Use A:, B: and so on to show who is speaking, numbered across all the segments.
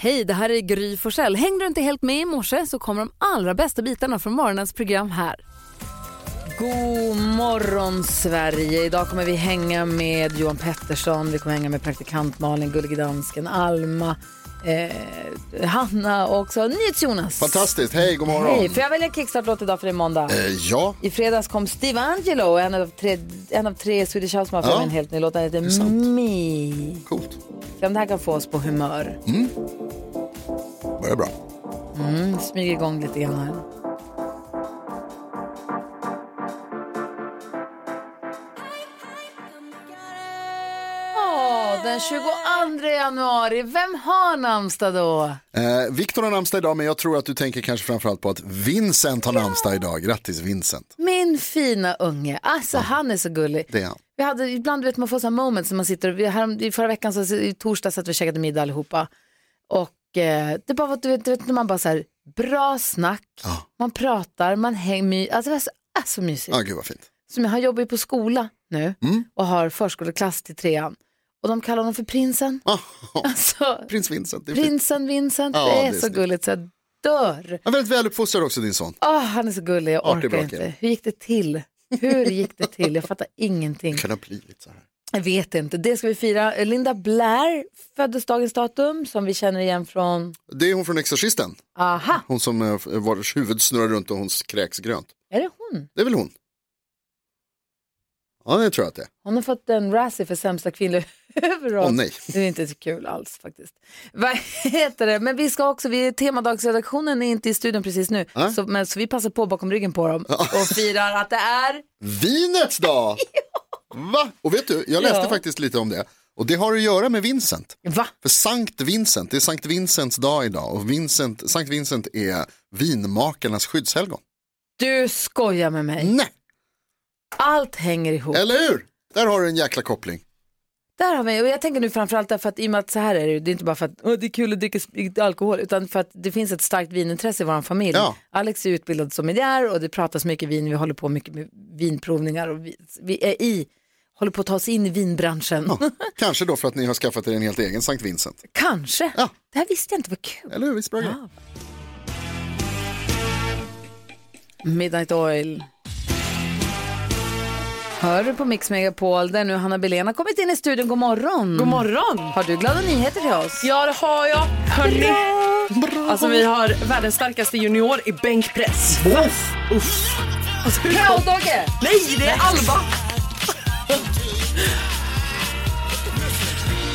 A: Hej, det här är Gry Forssell. Hängde du inte helt med i morse så kommer de allra bästa bitarna från morgonens program här. God morgon Sverige! Idag kommer vi hänga med Johan Pettersson, vi kommer hänga med praktikant Malin, gullig dansken, Alma, eh, Hanna och också NyhetsJonas.
B: Fantastiskt, hej, god morgon.
A: Hej, får jag välja kickstart-låt idag för det är måndag?
B: Eh, ja,
A: I fredags kom Steve Angelo, en av tre, en av tre Swedish House Mafia,
B: Ja.
A: med en helt ny låt. Den heter Me.
B: coolt.
A: Se om det här kan få oss på humör.
B: Börjar bra.
A: Mm, smyger igång lite grann här. Åh, Den 22 januari, vem har namnsdag då?
B: Eh, Viktor har namnsdag idag, men jag tror att du tänker kanske framförallt på att Vincent har namnsdag idag. Grattis Vincent.
A: Min fina unge, alltså han är så gullig.
B: Det är han.
A: Vi hade ibland, du vet man får sådana moments när man sitter, vi, här, i förra veckan, så, i torsdag satt vi och käkade middag allihopa. Och eh, det bara var, du vet, du vet när man bara så här, bra snack,
B: Ja.
A: man pratar, man hänger, my, alltså det var så, ah, så mysigt.
B: Ja, gud vad fint.
A: Som jag, han jobbar ju på skola nu
B: Mm.
A: och har förskoleklass till trean. Och de kallar honom för prinsen.
B: Ah,
A: Alltså,
B: Prins Vincent, det är fint.
A: prinsen Vincent,
B: Ja,
A: det är,
B: det är
A: så
B: snyggt.
A: gulligt så jag dör.
B: Han är väldigt väluppfostrad också din son.
A: Åh, han är så gullig, jag
B: Artig,
A: orkar
B: bra
A: inte.
B: kille.
A: Hur gick det till? Hur gick det till? Jag fattar ingenting.
B: Kan det ha blivit så här?
A: Jag vet inte. Det ska vi fira. Linda Blair föddes dagens datum som vi känner igen från...
B: Det är hon från Exorcisten.
A: Aha,
B: Hon som eh, vars huvud snurrar runt och hon kräks grönt.
A: är det hon?
B: Det är väl hon? Ja, det tror jag att det är.
A: Hon har fått en Razzie för sämsta kvinnliga huvudroll.
B: Åh, nej.
A: Det är inte så kul alls faktiskt. Vad heter det? Men vi ska också, vi är temadagsredaktionen är inte i studion precis nu.
B: Äh?
A: Så, men, så vi passar på bakom ryggen på dem och firar att det är...
B: Vinets dag! Va? Och vet du, jag läste
A: Ja.
B: faktiskt lite om det. Och det har att göra med Vincent.
A: Va?
B: För Sankt Vincent, det är Sankt Vincents dag idag och Vincent, Sankt Vincent är vinmakarnas skyddshelgon.
A: Du skojar med mig.
B: Nej,
A: Allt hänger ihop.
B: eller hur? Där har du en jäkla koppling.
A: Där har vi, och jag tänker nu framförallt därför att i och med att så här är det, ju, det är inte bara för att "Åh, det är kul att dricka sp- alkohol utan för att det finns ett starkt vinintresse i vår familj.
B: Ja.
A: Alex är utbildad som miljär och det pratas mycket vin, vi håller på mycket med vinprovningar och vi, vi är i, håller på att ta oss in i vinbranschen.
B: Kanske då för att ni har skaffat er en helt egen Sankt Vincent.
A: Kanske.
B: Ja.
A: Det här visste jag inte var kul.
B: Eller hur? Visst bra grej?
A: Ja. Midnight Oil. Hör du på Mix Megapol där nu Hanna Belén har kommit in i studion. God morgon.
C: God morgon!
A: Har du glada nyheter till oss?
C: Ja, det har jag. Hörrni. Alltså, vi har världens starkaste junior i bänkpress. Uff! Uff. Alltså, hur-
A: Bra-Dogge!
C: Nej, det är Alba!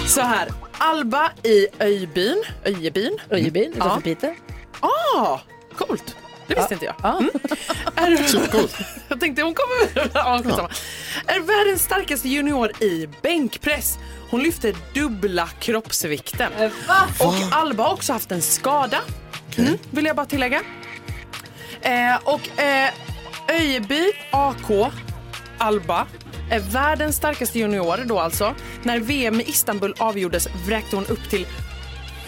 C: Så här, Alba i Öjbyn. Öjebyn. Mm.
A: Röjebyn utanför
C: Ja.
A: Piteå.
C: Ah, coolt. Det visste inte jag. Mm.
A: Ja.
C: Är-
B: Supercoolt.
C: Jag tänkte hon kommer ja, skitsamma. Är världens starkaste junior i bänkpress. Hon lyfter dubbla kroppsvikten. Och Alba har också haft en skada. Mm, vill jag bara tillägga. Eh, och eh, Öjeby AK Alba är världens starkaste junior då alltså. När VM i Istanbul avgjordes vräkte hon upp till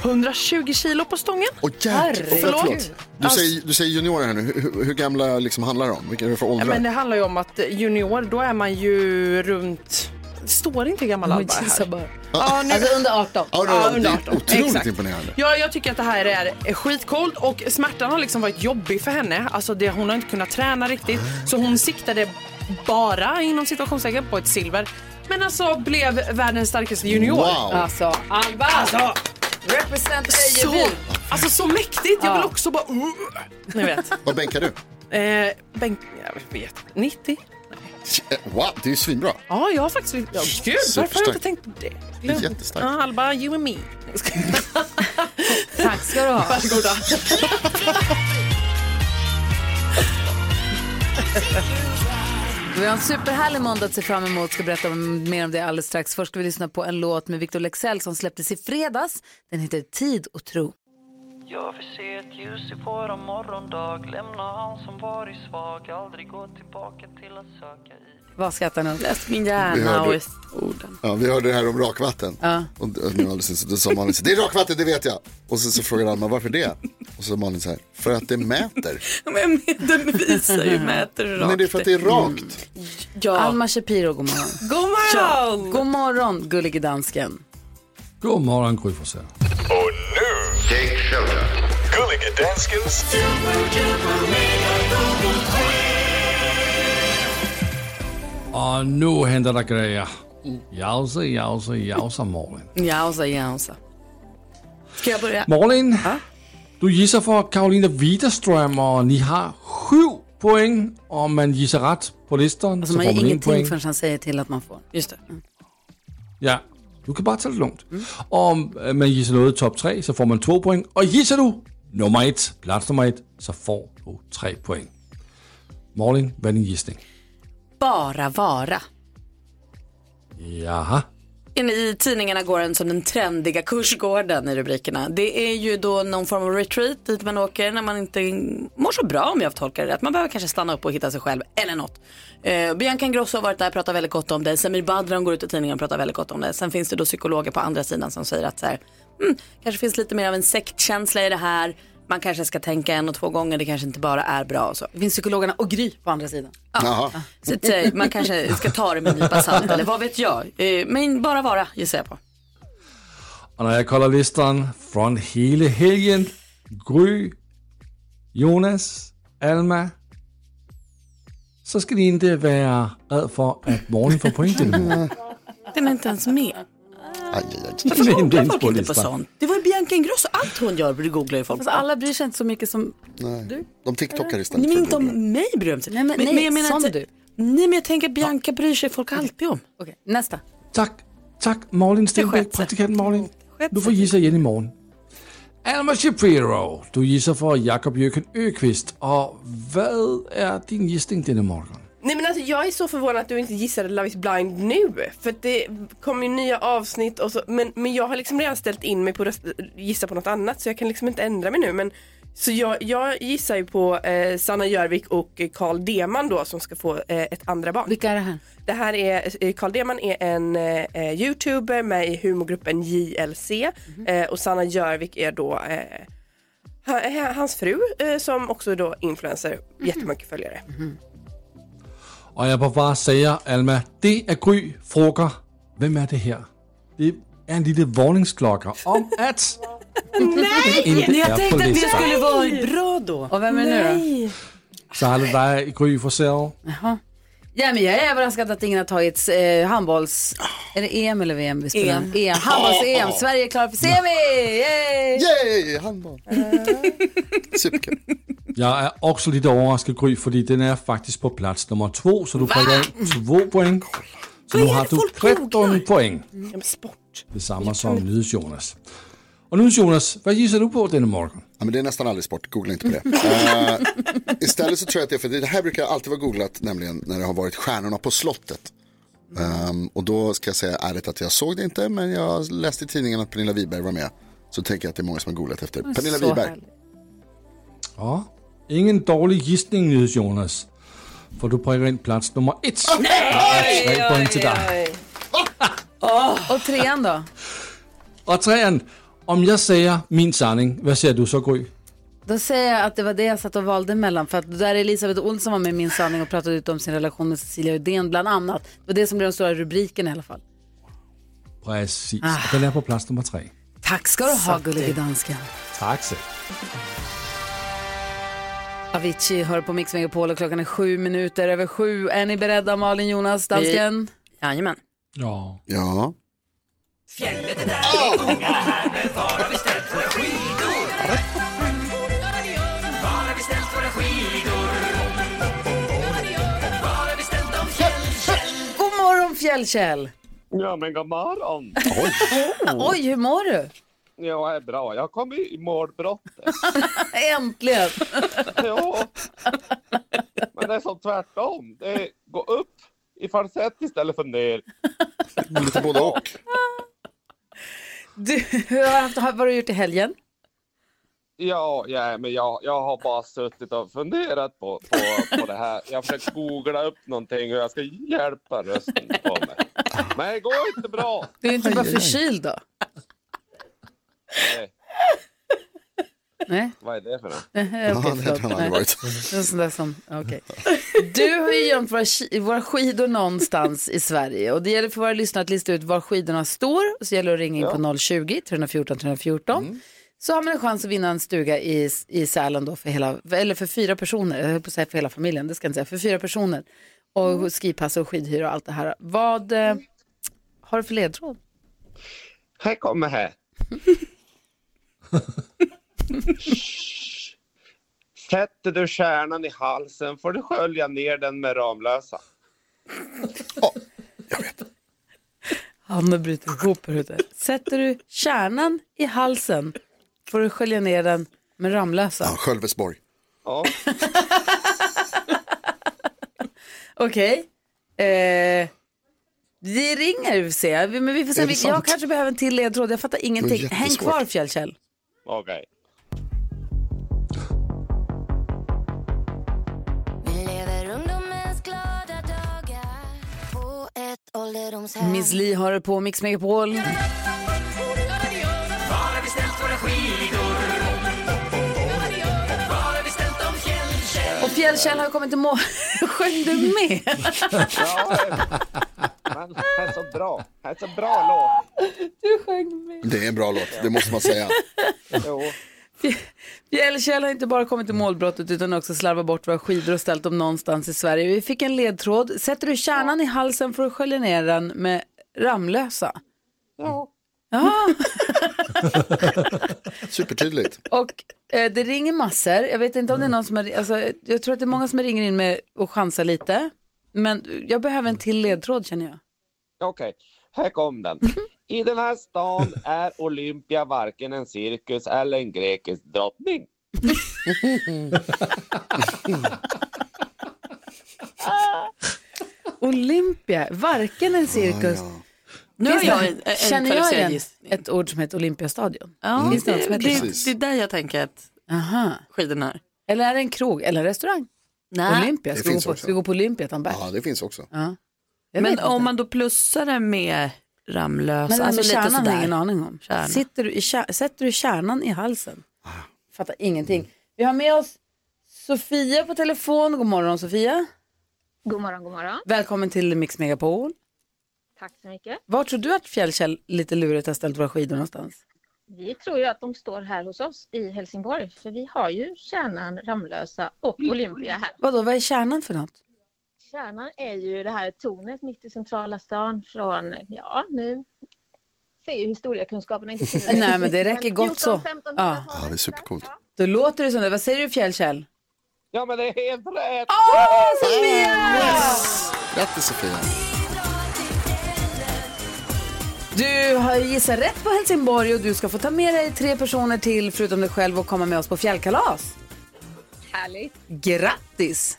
C: 120 kilo på stången.
B: Och jäklar,
A: Herregud.
B: förlåt, förlåt. Du, säger, du säger juniorer här nu, hur, hur- hur gamla liksom handlar det om? Vilka är det för
C: Ja, men
B: åldrar?
C: det handlar ju om att junior, då är man ju runt... Står inte hur gammal Alba är
A: Gissa
C: här?
A: bara.
C: Ja, nu...
A: Alltså under 18.
B: Ja, det
C: ja,
B: är- det
C: under
B: är
C: 18.
B: otroligt
C: Exakt.
B: imponerande.
C: Ja, jag tycker att det här är skitcoolt och smärtan har liksom varit jobbig för henne. Alltså det, hon har inte kunnat träna riktigt så hon siktade bara inom situationstecken på ett silver. Men alltså blev världens starkaste junior.
B: Wow,
A: Alltså Alba!
C: Alltså,
A: Represent
C: så,
A: Röjeby.
C: alltså så mäktigt. Jag vill
A: Ja.
C: också bara... uh. ni vet.
B: vad bänkar du?
C: Eh, Bengt, jag vet. 90?
B: Eh, Wow, det är ju svinbra.
C: Ja, jag har faktiskt... Ja, gud, varför har jag
B: Superstark.
C: inte tänkt på det?
B: Det är jättestarkt.
C: Ja, Alba, you and me.
A: Tack ska du ha.
C: Varsågoda.
A: Vi har en superhärlig måndag att se fram emot. Ska berätta om- mer om det alldeles strax. Först ska vi lyssna på en låt med Victor Lexell som släpptes i fredags. Den heter Tid och tro.
D: Jag vill se ett ljus i våran morgondag Lämna han som varit svag Aldrig gå tillbaka till att söka i
A: Vad skrattar ni åt?
C: Min
B: Vi
C: hjärna
B: hörde.
C: orden.
B: Ja, vi hörde det här om rakvatten.
A: Ja.
B: Och d- nu alldeles nyss, då sa Malin så här, det är rakvatten, det vet jag. Och sen så frågar Alma, varför det? Och så sa Malin så här, för att det mäter.
C: Men den visar ju, mäter rakt.
B: Nej, det är för att det är rakt.
C: Ja.
A: Alma Shapiro, god morgon.
C: God morgon!
A: God morgon, gullige dansken.
E: God morgon Gry Forssell.
F: Och nu
E: Gulliga danskens
F: Och nu händer det grejer. Jause, jause, jause Malin.
A: Jausa, jausa. Ska jag börja?
F: Malin, du gissar för Karolina Widerström och ni har sju poäng. Om man gissar rätt på listan
A: Alltså
F: så
A: man
F: får
A: ger
F: man en
A: ingenting
F: poäng.
A: förrän han säger till att man får.
C: Just det.
F: Ja, du kan bara ta det lugnt. Om eh, man gissar något i topp tre så får man två poäng. Och gissar du nummer ett, plats nummer ett, så får du tre poäng. Malin, vad är din gissning?
G: Bara vara.
F: Jaha.
G: In I tidningarna går den som den trendiga kursgården i rubrikerna. Det är ju då någon form av retreat dit man åker när man inte mår så bra om jag tolkar det rätt. Man behöver kanske stanna upp och hitta sig själv eller något. Eh, Bianca Ingrosso har varit där och pratat väldigt gott om det. Samir Badran går ut i tidningen och pratar väldigt gott om det. Sen finns det då psykologer på andra sidan som säger att så här, mm, kanske finns lite mer av en sektkänsla i det här. Man kanske ska tänka en och två gånger. Det kanske inte bara är bra och så.
A: Det finns psykologerna och Gry på andra sidan.
B: Jaha.
G: Så att, eh, man kanske ska ta det med en nypa salt eller vad vet jag. Eh, Men bara vara gissar jag på.
F: Och när jag kollar listan från hela helgen, Gry, Jonas, Alma, så ska ni inte vara rädd för att Malin får poäng till imorgon.
G: Den är inte ens med.
B: Aj, aj,
F: Det är inte ens
G: Folk hittar
F: på
G: på
F: listan.
G: sånt. Det var ju Bianca Ingrosso. Allt hon gör det googlar ju folk
A: Alltså, alla bryr sig inte så mycket som...
B: aj. Nej. De tiktokar
G: Nej,
B: istället.
G: men
B: för
G: inte
B: att googla.
G: om mig bryr de sig.
A: Nej, men- nej,
G: jag menar
A: som
G: inte-
A: du.
G: Nej, men jag tänker att Bianca bryr sig folk alltid om.
A: Okej, nästa.
F: Tack, tack Malin Stenbeck,
G: sköt sig.
F: praktikant Malin. Du får gissa igen imorgon. Alma Shapiro, du gissar för Jakob Jöken Öqvist. Och vad är din gissning denna morgon?
H: Nej men alltså jag är så förvånad att du inte gissade Love is blind nu. För att det kommer ju nya avsnitt och så. Men, men jag har liksom redan ställt in mig på att gissa på något annat så jag kan liksom inte ändra mig nu. Men, så jag, jag gissar ju på eh, Sanna Jörvik och eh, Carl Deman då som ska få eh, ett andra barn.
A: Vilka är det här?
H: Det här är, eh, Carl Deman är en eh, youtuber med i humorgruppen JLC eh, och Sanna Jörvik är då eh, ha- ha- hans fru eh, som också är då influencer, jättemycket följare.
F: Och jag bara bara säga, Alma, det är Gry frågar, vem är det här? Det är en liten varningsklocka om att det inte
G: Nej, jag
F: är på
G: tänkte att det
F: listan.
G: skulle vara bra då.
A: Och vem är det nu då?
F: Så alla där i Gry Forssell.
A: Ja, men jag är överraskad att ingen har tagit eh, handbolls... Är det EM eller VM vi spelar?
G: EM.
A: EM. Handbolls-EM. Sverige är klara för semi! Yay!
B: Yay, handboll. Superkul.
F: Jag är också lite överrasket Gry, för den är faktiskt på plats nummer två, så du prickar in två poäng. Så nu har du 13 poäng.
H: Ja, men sport.
F: Detsamma som Nydes Jonas. Och Nydes Jonas, vad gissar du på denna morgon?
B: Ja, men det är nästan aldrig sport, googla inte på det. Eh, istället så tror jag att det är för det här brukar alltid vara googlat, nämligen när det har varit Stjärnorna på slottet. Ehm, och då ska jag säga ärligt att jag såg det inte, men jag läste i tidningen att Pernilla Wiberg var med. Så tänker jag att det är många som har googlat efter Pernilla
A: Så
B: Wiberg.
A: härligt.
F: Ja, ingen dålig gissning Nydes Jonas. För du prickar in plats nummer ett. Det är tre poäng till dig.
A: Och trean då?
F: Och trean, om jag säger min sanning, vad säger du så Gry?
A: Då säger jag att det var det jag satt och valde mellan. För att där Elisabeth Olsson var med i Min sanning och pratade ut om sin relation med Cecilia Uddén bland annat. Det var det som blev den stora rubriken i alla fall.
F: Precis, den är på plats nummer tre.
A: Tack ska du ha gullige dansken.
F: Tack så.
A: Avicii hör på Mix Megapol och klockan är sju minuter över sju. Är ni beredda Malin, Jonas, dansken?
G: Jajamän.
F: Ja.
B: Ja.
A: God morgon Fjällkäll! Mm.
I: Ja, men god morgon.
A: Oj, hur mår du?
I: Jag är bra. Jag kom i målbrottet.
A: Äntligen!
I: Ja. Men det är som tvärtom. Det är gå upp i falsett istället för ner.
B: Lite både och.
A: Du, hur har haft, vad har du gjort i helgen?
I: Ja, ja men jag, jag har bara suttit och funderat på, på, på det här. Jag har försökt googla upp någonting och jag ska hjälpa rösten på mig. Men det går inte bra.
A: Du är inte bara förkyld då?
I: Nej,
A: Nej,
I: vad är det för något?
A: okej
B: Ja, det
A: förlåt.
B: hade han
A: Nej.
B: aldrig varit.
A: Det är sån där som, okej. Du har ju gömt våra, ski- våra skidor någonstans i Sverige och det gäller för våra lyssnare att lista ut var skidorna står. Så gäller det att ringa in på 020-314 314. så har man en chans att vinna en stuga i, i Sälen då för hela, eller för fyra personer, jag höll på att säga för hela familjen, det ska jag inte säga, för fyra personer. Och skipass och skidhyra och allt det här. Vad eh, har du för ledtråd?
I: Här kommer här. Sätter du kärnan i halsen får du skölja ner den med Ramlösa.
A: Hanna bryter ihop här ute. Sätter du kärnan i halsen får du skölja ner den med Ramlösa.
B: Ja, Skölvesborg.
I: Ja,
A: Okej. Eh, vi ringer ser jag. Men vi får se.
B: Är det
A: Vi, jag
B: sant?
A: kanske behöver en till ledtråd. Jag fattar ingenting.
B: jättesvårt.
A: Häng kvar Fjällkäll.
I: okej.
A: Miss Li har det på Mix Megapol. Och Fjällkäll har kommit i mål. Sjöng du med?
I: Ja, men det är så bra. Det är så bra låt.
B: Det är en bra låt, det måste man säga.
I: Jo.
A: Fjällkäll har inte bara kommit till målbrottet utan också slarvat bort våra skidor och ställt dem någonstans i Sverige. Vi fick en ledtråd. Sätter du kärnan i halsen för att skölja ner den med Ramlösa? Ja.
B: Supertydligt.
A: Och eh, det ringer massor. Jag vet inte om det är någon som har, alltså, jag tror att det är många som ringer in med och chansar lite. Men jag behöver en till ledtråd känner jag.
I: Okej, här kom den. I den här stan är Olympia varken en cirkus eller en grekisk drottning.
A: Olympia, varken
B: Ah,
A: en cirkus.
G: Nu har
A: Finns
G: jag
A: det-
G: en, en
A: känner jag
G: kvalificerad
A: igen
G: gissning.
A: ett ord som heter Olympiastadion?
G: Ja,
A: Finns det något
G: det,
A: som
G: det,
A: heter
B: Precis.
G: det, är där jag tänker att
A: Aha.
G: skidorna är.
A: Eller är det en krog eller en restaurang?
G: Nej.
A: Olympia, ska
B: Det
A: vi, gå
B: finns
A: på,
B: också.
A: ska vi gå på Olympia utan
B: Ja, det finns också.
A: Ja. Jag
G: Men
A: vet inte.
G: om man då plussar det med Ramlösa,
A: Men
G: alltså
A: alltså,
G: lite
A: kärnan har jag ingen
G: sådär.
A: aning om.
G: Kärna.
A: Sitter du i, kär- sätter du kärnan i halsen? Fattar ingenting. Vi har med oss Sofia på telefon. God morgon Sofia.
E: God morgon, god morgon.
A: Välkommen till Mix Megapol.
E: Tack så mycket.
A: Var tror du att Fjällkäll lite lurigt har ställt våra skidor någonstans?
E: Vi tror ju att de står här hos oss i Helsingborg, för vi har ju Kärnan, Ramlösa och Olympia här.
A: Vadå, vad är kärnan för något?
E: Kärnan är ju det här tornet mitt i centrala stan från, ja nu ser ju historiekunskaperna inte till.
A: Nej, men det räcker gott så.
E: 15
A: Ja.
B: Ja, det är supercoolt.
A: Då låter det som det. Vad säger du Fjällkäll?
I: Ja, men det är helt rätt!
B: Grattis Sofia.
A: Du har gissat rätt på Helsingborg och du ska få ta med dig tre personer till förutom dig själv och komma med oss på fjällkalas.
E: Härligt.
A: Grattis!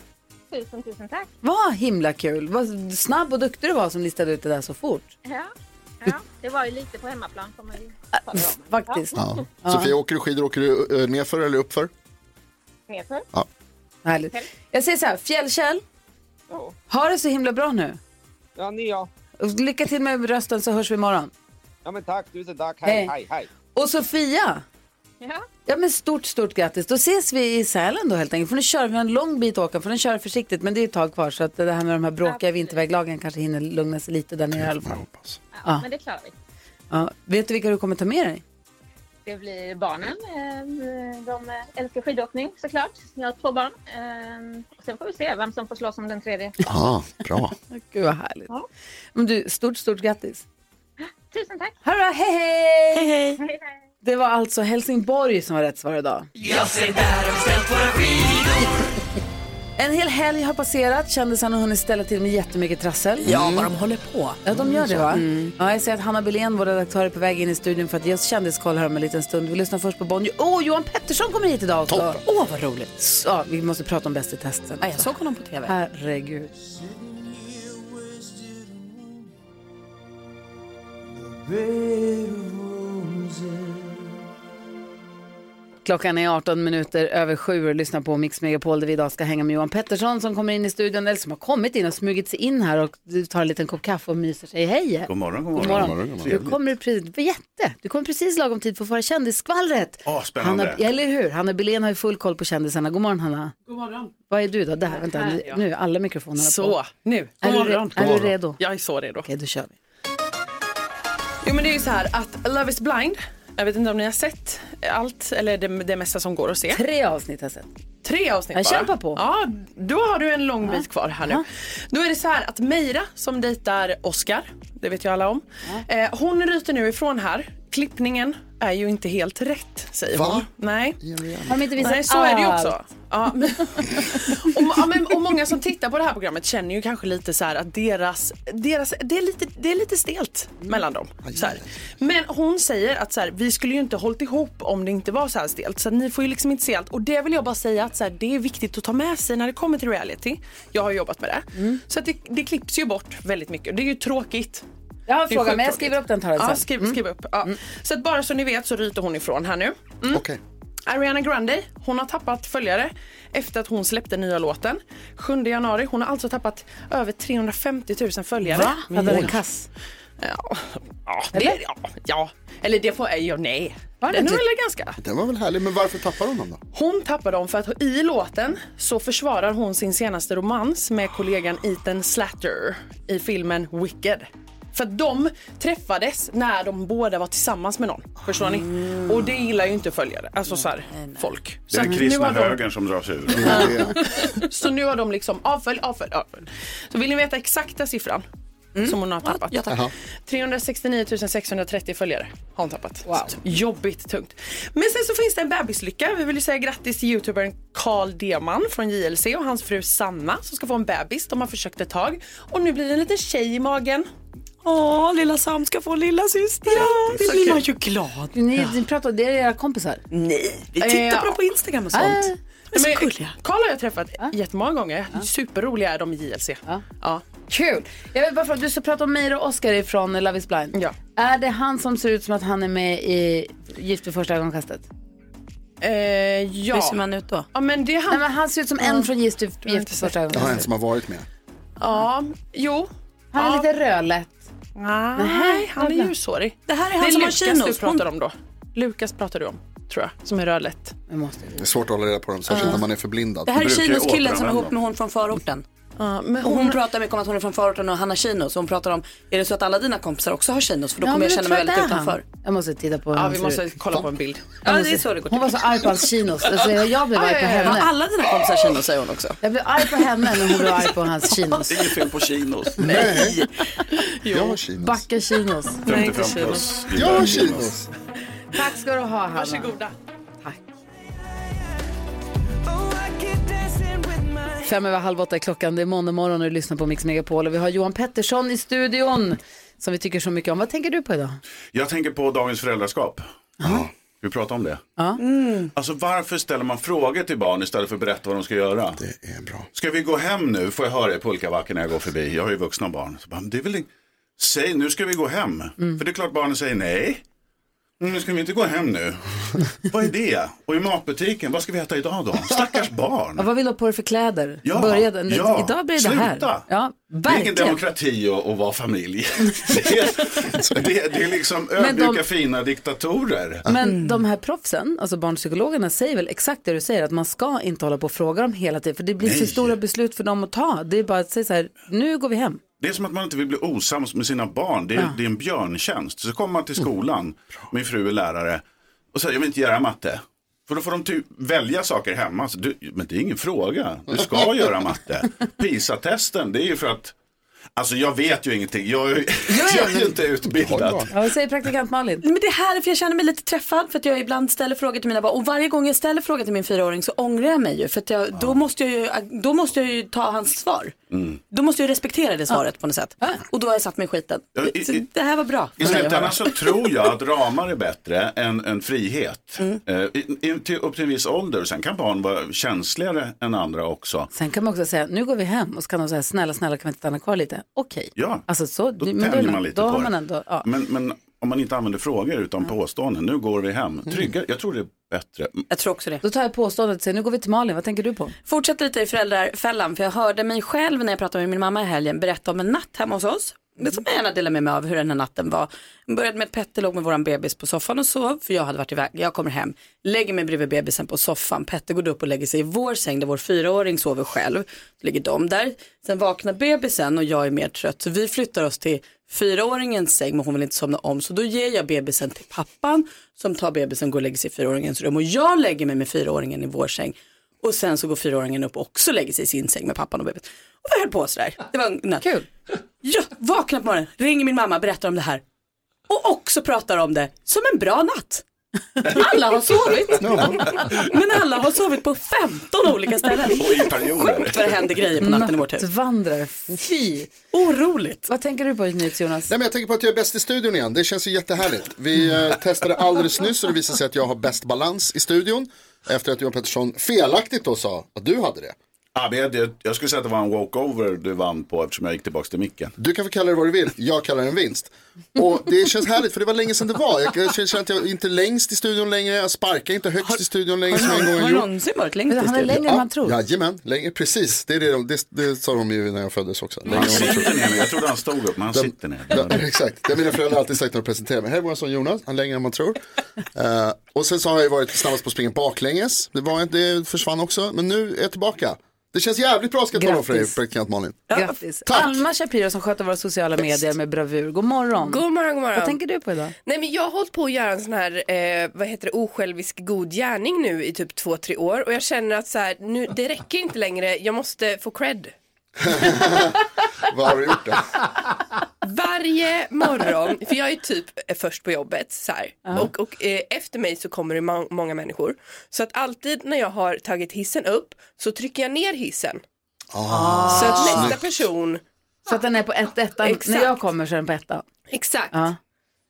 E: Tusen, tusen tack.
A: Vad himla kul! Vad snabb och duktig du var som listade ut det där så fort.
E: Ja. Ja, det var ju lite på hemmaplan får man ju tala om.
A: Faktiskt.
B: Ja. Sofia, åker du skidor åker du eh, nerför eller uppför?
E: Nerför.
A: Härligt. Jag säger så här, Fjällkäll,
I: Ja.
A: ha det så himla bra nu.
I: Ja, ni ja.
A: Och Lycka till med rösten så hörs vi imorgon.
I: Ja, men tack, tusen tack. Hej,
A: Hej.
I: hej, hej.
A: Och Sofia,
E: Ja,
A: ja men stort, stort grattis. Då ses vi i Sälen då helt enkelt. Får ni köra, vi har en lång bit att åka, får ni köra försiktigt. Men det är ett tag kvar så att det här med de här bråkiga vinterväglagen kanske hinner lugna sig lite där nere i alla
B: Jag
A: fall.
B: hoppas.
E: ja, men det klarar vi.
A: Ja. Vet du vilka du kommer ta med dig?
E: Det blir barnen. eh, De eh, älskar skidåkning såklart. Jag har två barn. Eh, och Sen får vi se vem som får slåss om den tredje.
B: Ja, bra.
A: Gud vad härligt.
E: Ja.
A: Men du, stort, stort grattis.
E: Tusen tack!
A: Ha det bra, hej hej!
G: Hej, hej.
E: Hej, hej.
A: Det var alltså Helsingborg som var rätt svar idag. En hel helg har passerat. Kändisarna har hunnit ställa till med jättemycket trassel.
G: Ja, vad de håller på. Mm.
A: Ja, de gör det va? Ja, jag ser att Hanna Billén, vår redaktör, är på väg in i studion för att ge oss kändiskoll här om en liten stund. Vi lyssnar först på Bonnier. Åh, Johan Pettersson kommer hit idag också!
B: Toppen.
G: Åh, vad roligt.
A: Så, Ja, vi måste prata om Bäst i test sen.
G: Ja, jag såg honom på tv.
A: Herregud. Klockan är 18 minuter över sju och lyssnar på Mix Megapol där vi idag ska hänga med Johan Pettersson som kommer in i studion, eller som har kommit in och smugit sig in här och tar en liten kopp kaffe och myser sig hej.
J: God morgon, god
A: God
J: morgon.
A: morgon.
B: morgon, god morgon.
A: Du kommer precis, jätte, du kommer precis lagom tid för att få höra kändisskvallret.
J: Åh, spännande.
A: Hanna, eller hur? Hanna Billén har ju full koll på kändisarna. God morgon Hanna.
C: God morgon.
A: Vad är du då? Där, vänta,
C: Här, ja.
A: nu är alla mikrofonerna på.
C: Så, nu.
A: Är
C: God
A: du, re-
C: morgon.
A: är du redo?
C: Jag är så redo.
A: Okej, då kör vi.
C: Jo men det är ju så här att Love is blind, Jag vet inte om ni har sett allt eller det, det mesta som går att se.
A: Tre avsnitt har jag sett.
C: Tre avsnitt
A: Jag
C: bara.
A: kämpar på.
C: Ja, då har du en lång bit kvar här nu. Då är det så här att Meira som dejtar Oscar, det vet ju alla om. Eh, hon ryter nu ifrån här. Klippningen är ju inte helt rätt säger
B: Va?
C: hon. Nej.
A: Har de inte visat
C: Nej, så är det ju
A: allt?
C: också. Ja, men, och, ma- ja, men, och många som tittar på det här programmet känner ju kanske lite så här att deras, deras det, är lite, det är lite stelt mellan dem. Så här. Men hon säger att så här, vi skulle ju inte hållit ihop om det inte var så här stelt. Så ni får ju liksom inte se allt. Och det vill jag bara säga att så här, det är viktigt att ta med sig när det kommer till reality. Jag har jobbat med det. Så att det, det klipps ju bort väldigt mycket. Det är ju tråkigt.
A: Jag har en
C: Det är
A: fråga, men jag
C: sjukt
A: skriver upp den tar
C: Ja,
A: den sen. Mm.
C: skriv, skriv upp. Ja. Så att bara så ni vet så ryter hon ifrån här nu.
G: Mm.
B: Okej.
C: Ariana Grande hon har tappat följare efter att hon släppte nya låten. 7 januari. Hon har alltså tappat över 350 000 följare.
A: Ja, den är kass.
C: Ja, ja, det, ja, ja. Eller det får... Ja, nej. Den är väl ganska...
B: Den var väl härlig, men varför tappar hon dem då?
C: Hon tappar dem för att i låten så försvarar hon sin senaste romans med kollegan Ethan Slatter i filmen Wicked. För att de träffades när de båda var tillsammans med någon. Förstår ni?
J: Mm.
C: Och det gillar ju inte följare, alltså så här, folk.
J: Det är
C: Så
J: den
C: att
J: kristna
C: nu har de-
J: högern som drar sig ur.
C: Så nu har de liksom avfölj, avfölj, avfölj. Så vill ni veta exakta siffran
J: Mm.
C: som hon har tappat?
G: Ja, tack.
B: Jaha.
C: 369 630 följare har hon tappat. Så Jobbigt tungt. Men sen så finns det en bebislycka. Vi vill ju säga grattis till youtubern Carl Deman från JLC och hans fru Sanna som ska få en bebis. De har försökt ett tag och nu blir det en liten tjej i magen.
G: Åh, lilla Sam ska få en lilla syster. Ja, det blir man ju glad.
A: Ni, ni pratar, det är era kompisar.
G: Nej, vi tittar
C: Eh,
G: på dem på Instagram och sånt.
A: Äh.
G: De är
C: Men
G: så gulliga.
C: Carl har jag träffat jättemånga gånger. Superroliga är de i JLC.
A: Ja.
C: Ja.
A: Kul! Jag vill bara fråga, du ska prata om Meira och Oscar ifrån Love is blind.
C: Ja.
A: Är det han som ser ut som att han är med i Gift vid första ögonkastet?
C: Eh,
G: Hur
C: ja.
G: ser man ut då?
C: ja, men det är han
A: Nej, men han ser ut som en från Gift vid Gift vid första
B: Jag har en
A: ögonkastet.
B: som har varit med.
C: Ja, jo.
A: Han är
C: Ja.
A: lite rödlätt.
C: Nej, han är
A: jävlar.
C: ljushårig.
G: Det här är han
C: Det är
G: som har
C: Lukas du
G: chinos.
C: pratar om då. Lukas pratar du om, tror jag, som är rödlätt.
A: Jag måste-
B: Det är svårt att hålla reda på dem, särskilt om man är förblindad.
G: Det här är
J: Det brukar ju
G: chinoskillen som är
J: återanvända.
G: ihop med hon från förorten.
C: Ja, men
G: Och
C: hon,
A: Mm.
G: hon pratar mycket om att hon är från förorten och han har chinos. Och hon pratar om, är det så att alla dina kompisar också har chinos? För då kommer
A: men
G: jag
A: du
G: känna
A: tror
G: mig
A: att
G: väldigt
A: det är han.
G: utanför.
A: Jag måste titta på hur
C: ja,
A: han
C: vi
A: ser
C: måste
A: ut.
C: kolla på en bild.
G: Ja, det är så det går
A: Hon var
G: till.
A: så arg på hans chinos. Alltså, jag blev arg
G: Har
A: på henne.
G: alla dina kompisar chinos säger hon också.
A: Jag blev arg på henne när hon blev arg på hans
J: Det
A: chinos.
J: är inget fel på chinos.
B: Nej, jag har chinos.
A: Backa chinos.
J: 55 plus.
B: Jag har chinos.
A: Tack ska du ha, Hanna.
C: Varsågoda.
A: Fem över halv åtta är klockan. Det är måndag morgon och du lyssnar på Mix Megapol. Och vi har Johan Pettersson i studion som vi tycker så mycket om. Vad tänker du på idag?
J: Jag tänker på dagens föräldraskap. Ska vi prata om det?
A: Ja.
J: Alltså varför ställer man frågor till barn istället för att berätta vad de ska göra?
B: Det är bra.
J: Ska vi gå hem nu? Får jag höra det på pulkavacken när jag går förbi? Jag har ju vuxna barn. Så bara, men det är väl ing- Säg, nu ska vi gå hem.
C: Mm.
J: För det är klart barnen säger nej. "Mm, Men ska vi inte gå hem nu? vad är det? Och i matbutiken, vad ska vi äta idag då? Stackars barn.
A: Ja, vad vill du ha på dig för kläder?
J: Ja,
A: Börja den.
J: ja,
A: Idag blir det här.
J: sluta.
A: Ja,
J: Det är ingen
A: verkligen.
J: demokrati att, att vara familj. det, är, det, det är liksom
A: Men de-
J: ödmjuka fina diktatorer.
A: Men de här proffsen, alltså barnpsykologerna, säger väl exakt det du säger, att man ska inte hålla på och fråga dem hela tiden, för det blir för
J: Nej.
A: stora beslut för dem att ta. Det är bara att säga så här, nu går vi hem.
J: Det är som att man inte vill bli osams med sina barn. Det är, det är en björntjänst. Så kommer man
A: Mm.
J: till skolan, min fru är lärare, och säger jag vill inte göra matte. För då får de typ välja saker hemma. Så du, men det är ingen fråga. Du ska göra matte. PISA-testen, det är ju för att... Alltså jag vet ju ingenting. Jag, är- jag är ju inte utbildad.
A: Ja, vad säger praktikant Malin?
G: Men det här är för jag känner mig lite träffad för att jag ibland ställer frågor till mina barn och varje gång jag ställer frågor till min fyraåring så ångrar jag mig ju för att jag, då, måste jag ju, då måste jag ju ta hans svar.
J: Mm.
G: Då måste jag ju respektera det svaret på något sätt. Och då har jag satt mig i skiten.
J: Ja, i-
G: Så
J: i-
G: det här var bra.
J: I slutändan så tror jag att ramar är bättre än, än frihet.
A: Mm.
J: Eh, i, i, till, upp till en viss ålder. Sen kan barn vara känsligare än andra också.
A: Sen kan man också säga, nu går vi hem och så kan de säga, snälla, snälla, kan vi inte stanna kvar lite? Okej.
J: Ja,
A: Alltså så,
J: då
A: men
J: tänjer man lite
A: då
J: på
A: har
J: det.
A: man ändå, ja. Mm.
J: Men, men om man inte använder frågor utan påståenden, nu går vi hem. Trygga, jag tror det är bättre.
G: Jag tror också det.
A: Då tar jag påståendet och säger, nu går vi till Malin, vad tänker du på?
G: Fortsätter lite i föräldrafällan för jag hörde mig själv när jag pratade med min mamma i helgen berätta om en natt hemma hos oss. Det som jag gärna delar med mig av hur den här natten var. Jag började med att Petter låg med våran bebis på soffan och sov för jag hade varit iväg. Jag kommer hem, lägger mig bredvid bebisen på soffan. Petter går upp och lägger sig i vår säng där vår fyraåring sover själv. Då ligger de där. Sen vaknar bebisen och jag är mer trött så vi flyttar oss till fyraåringens säng men hon vill inte somna om så då ger jag bebisen till pappan som tar bebisen och går och lägger sig i fyraåringens rum och jag lägger mig med fyraåringen i vår säng och sen så går fyraåringen upp och också lägger sig i sin säng med pappan och bebisen. Och vi höll på sådär. Det var en natt. Kul. Jag vaknar på morgonen, ringer min mamma, berättar om det här och också pratar om det som en bra natt. Alla har sovit. Men alla har sovit på 15 olika ställen.
J: i perioder.
G: Sjukt vad det händer grejer på natten i vårt hus.
A: Nattvandrare, fy.
G: Oroligt.
A: Vad tänker du på Jonas?
B: Nej, men jag tänker på att jag är bäst i studion igen. Det känns ju jättehärligt. Vi eh, testade alldeles nyss och det visade sig att jag har bäst balans i studion. Efter att Johan Pettersson felaktigt då sa att du hade det.
J: Ja, men jag, det- jag skulle säga att det var en walkover du vann på eftersom jag gick tillbaka till micken.
B: Du kan få kalla det vad du vill, jag kallar det en vinst. Och det känns härligt för det var länge sedan det var. Jag jag känner att jag är inte längst i studion längre, jag sparkar inte högst i studion längre som jag en gång
G: Har
B: har
G: du
B: gjort.
G: någonsin varit längst i
A: Han är
G: studion?
A: längre än man tror.
B: Jajamän, längre, precis. Det, är det, de, det, det sa de ju när jag föddes också. Längre
J: Han
B: än man tror.
J: sitter ner nu. Jag trodde han stod upp, men han sitter
B: Ja,
J: ner.
B: exakt, det har mina föräldrar alltid sagt när de presenterar mig. Här var jag som Jonas, han är längre än man tror. Eh, och sen så har jag ju varit snabbast på springen baklänges. Det, var, inte- det försvann också, men nu är jag tillbaka. Det känns jävligt bra ska jag tala om för dig,
A: Grattis.
B: praktikant Malin.
A: Grattis.
B: Tack.
A: Alma Shapiro som sköter våra sociala medier med bravur. God morgon.
H: God morgon, god morgon.
A: Vad tänker du på idag?
H: Nej men jag har hållit på att göra en sån här, eh, vad heter det, osjälvisk god gärning nu i typ två, tre år och jag känner att så här, nu, det räcker inte längre, jag måste få cred.
B: Vad har du gjort då?
H: Varje morgon, för jag är typ eh, först på jobbet så här, och, och eh, efter mig så kommer det ma- många människor. Så att alltid när jag har tagit hissen upp så trycker jag ner hissen.
B: Ah,
H: Så att nästa
B: snyggt.
H: person,
A: Så att den är på ett, ettan.
H: Exakt.
A: När jag kommer så är den på ettan.
H: exakt.
A: Ja.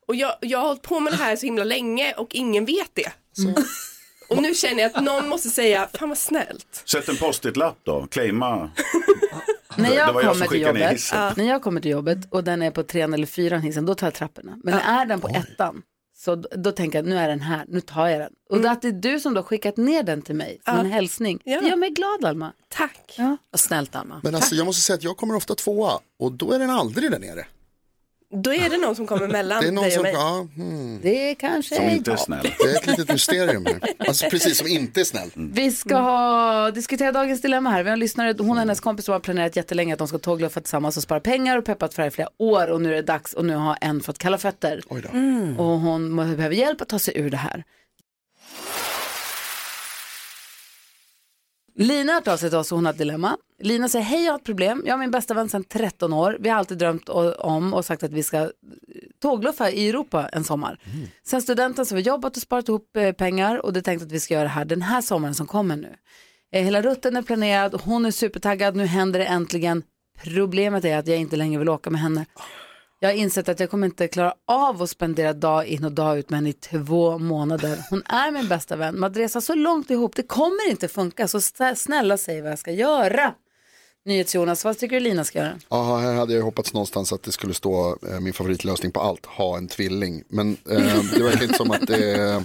H: Och jag, jag har hållit på med det här så himla länge och ingen vet det. Och nu känner jag att någon måste säga, fan vad snällt.
J: Sätt en post-it-lapp då, claima.
A: När
J: Det
A: jag,
J: var jag
A: kommer
J: som
A: till
J: skickade ner
A: jobbet,
J: hissen.
A: när jag kommer till jobbet och den är på trean eller fyran hissen, då tar jag trapporna. Men är den på ettan, så då, då tänker jag nu är den här, nu tar jag den. Och då att det är du som då skickat ner den till mig som en hälsning,
H: Ja.
A: det gör mig glad Alma.
H: Tack.
G: Vad snällt Alma.
B: Men alltså jag måste säga att jag kommer ofta tvåa och då är den aldrig där nere.
H: Då är det någon som kommer mellan
B: Det är någon
H: dig och
B: som,
H: mig.
B: ja, hmm,
A: Det kanske
J: Mm. Som
A: är
J: inte är
A: jag.
J: snäll.
B: det är ett litet mysterium här. Alltså precis som inte är snäll.
A: Vi ska ha, diskutera dagens dilemma här. Vi har en lyssnare, hon
J: Mm.
A: och hennes kompis som har planerat jättelänge att de ska tågluffa tillsammans och spara pengar och peppat för det här i flera år och nu är det dags och nu har en fått kalla fötter.
B: Oj då.
A: Och hon må- behöver hjälp att ta sig ur det här. Lina har hört av sig till oss och hon har ett dilemma. Lina säger, hej jag har ett problem, jag och min bästa vän sedan 13 år, vi har alltid drömt o- om och sagt att vi ska eh, tågluffa i Europa en sommar. Sen studenten så har vi jobbat och sparat ihop eh, pengar och det tänkte att vi ska göra det här den här sommaren som kommer nu. Eh, Hela rutten är planerad, hon är supertaggad, nu händer det äntligen. Problemet är att jag inte längre vill åka med henne. Jag har insett att jag kommer inte klara av att spendera dag in och dag ut med henne i två månader. Hon är min bästa vän. Men att resa så långt ihop, det kommer inte funka. Så sta- snälla säg vad jag ska göra. NyhetsJonas, vad tycker du Lina ska göra?
B: Ja, här hade jag ju hoppats någonstans att det skulle stå eh, min favoritlösning på allt, ha en tvilling. Men eh, det verkar inte som att det eh,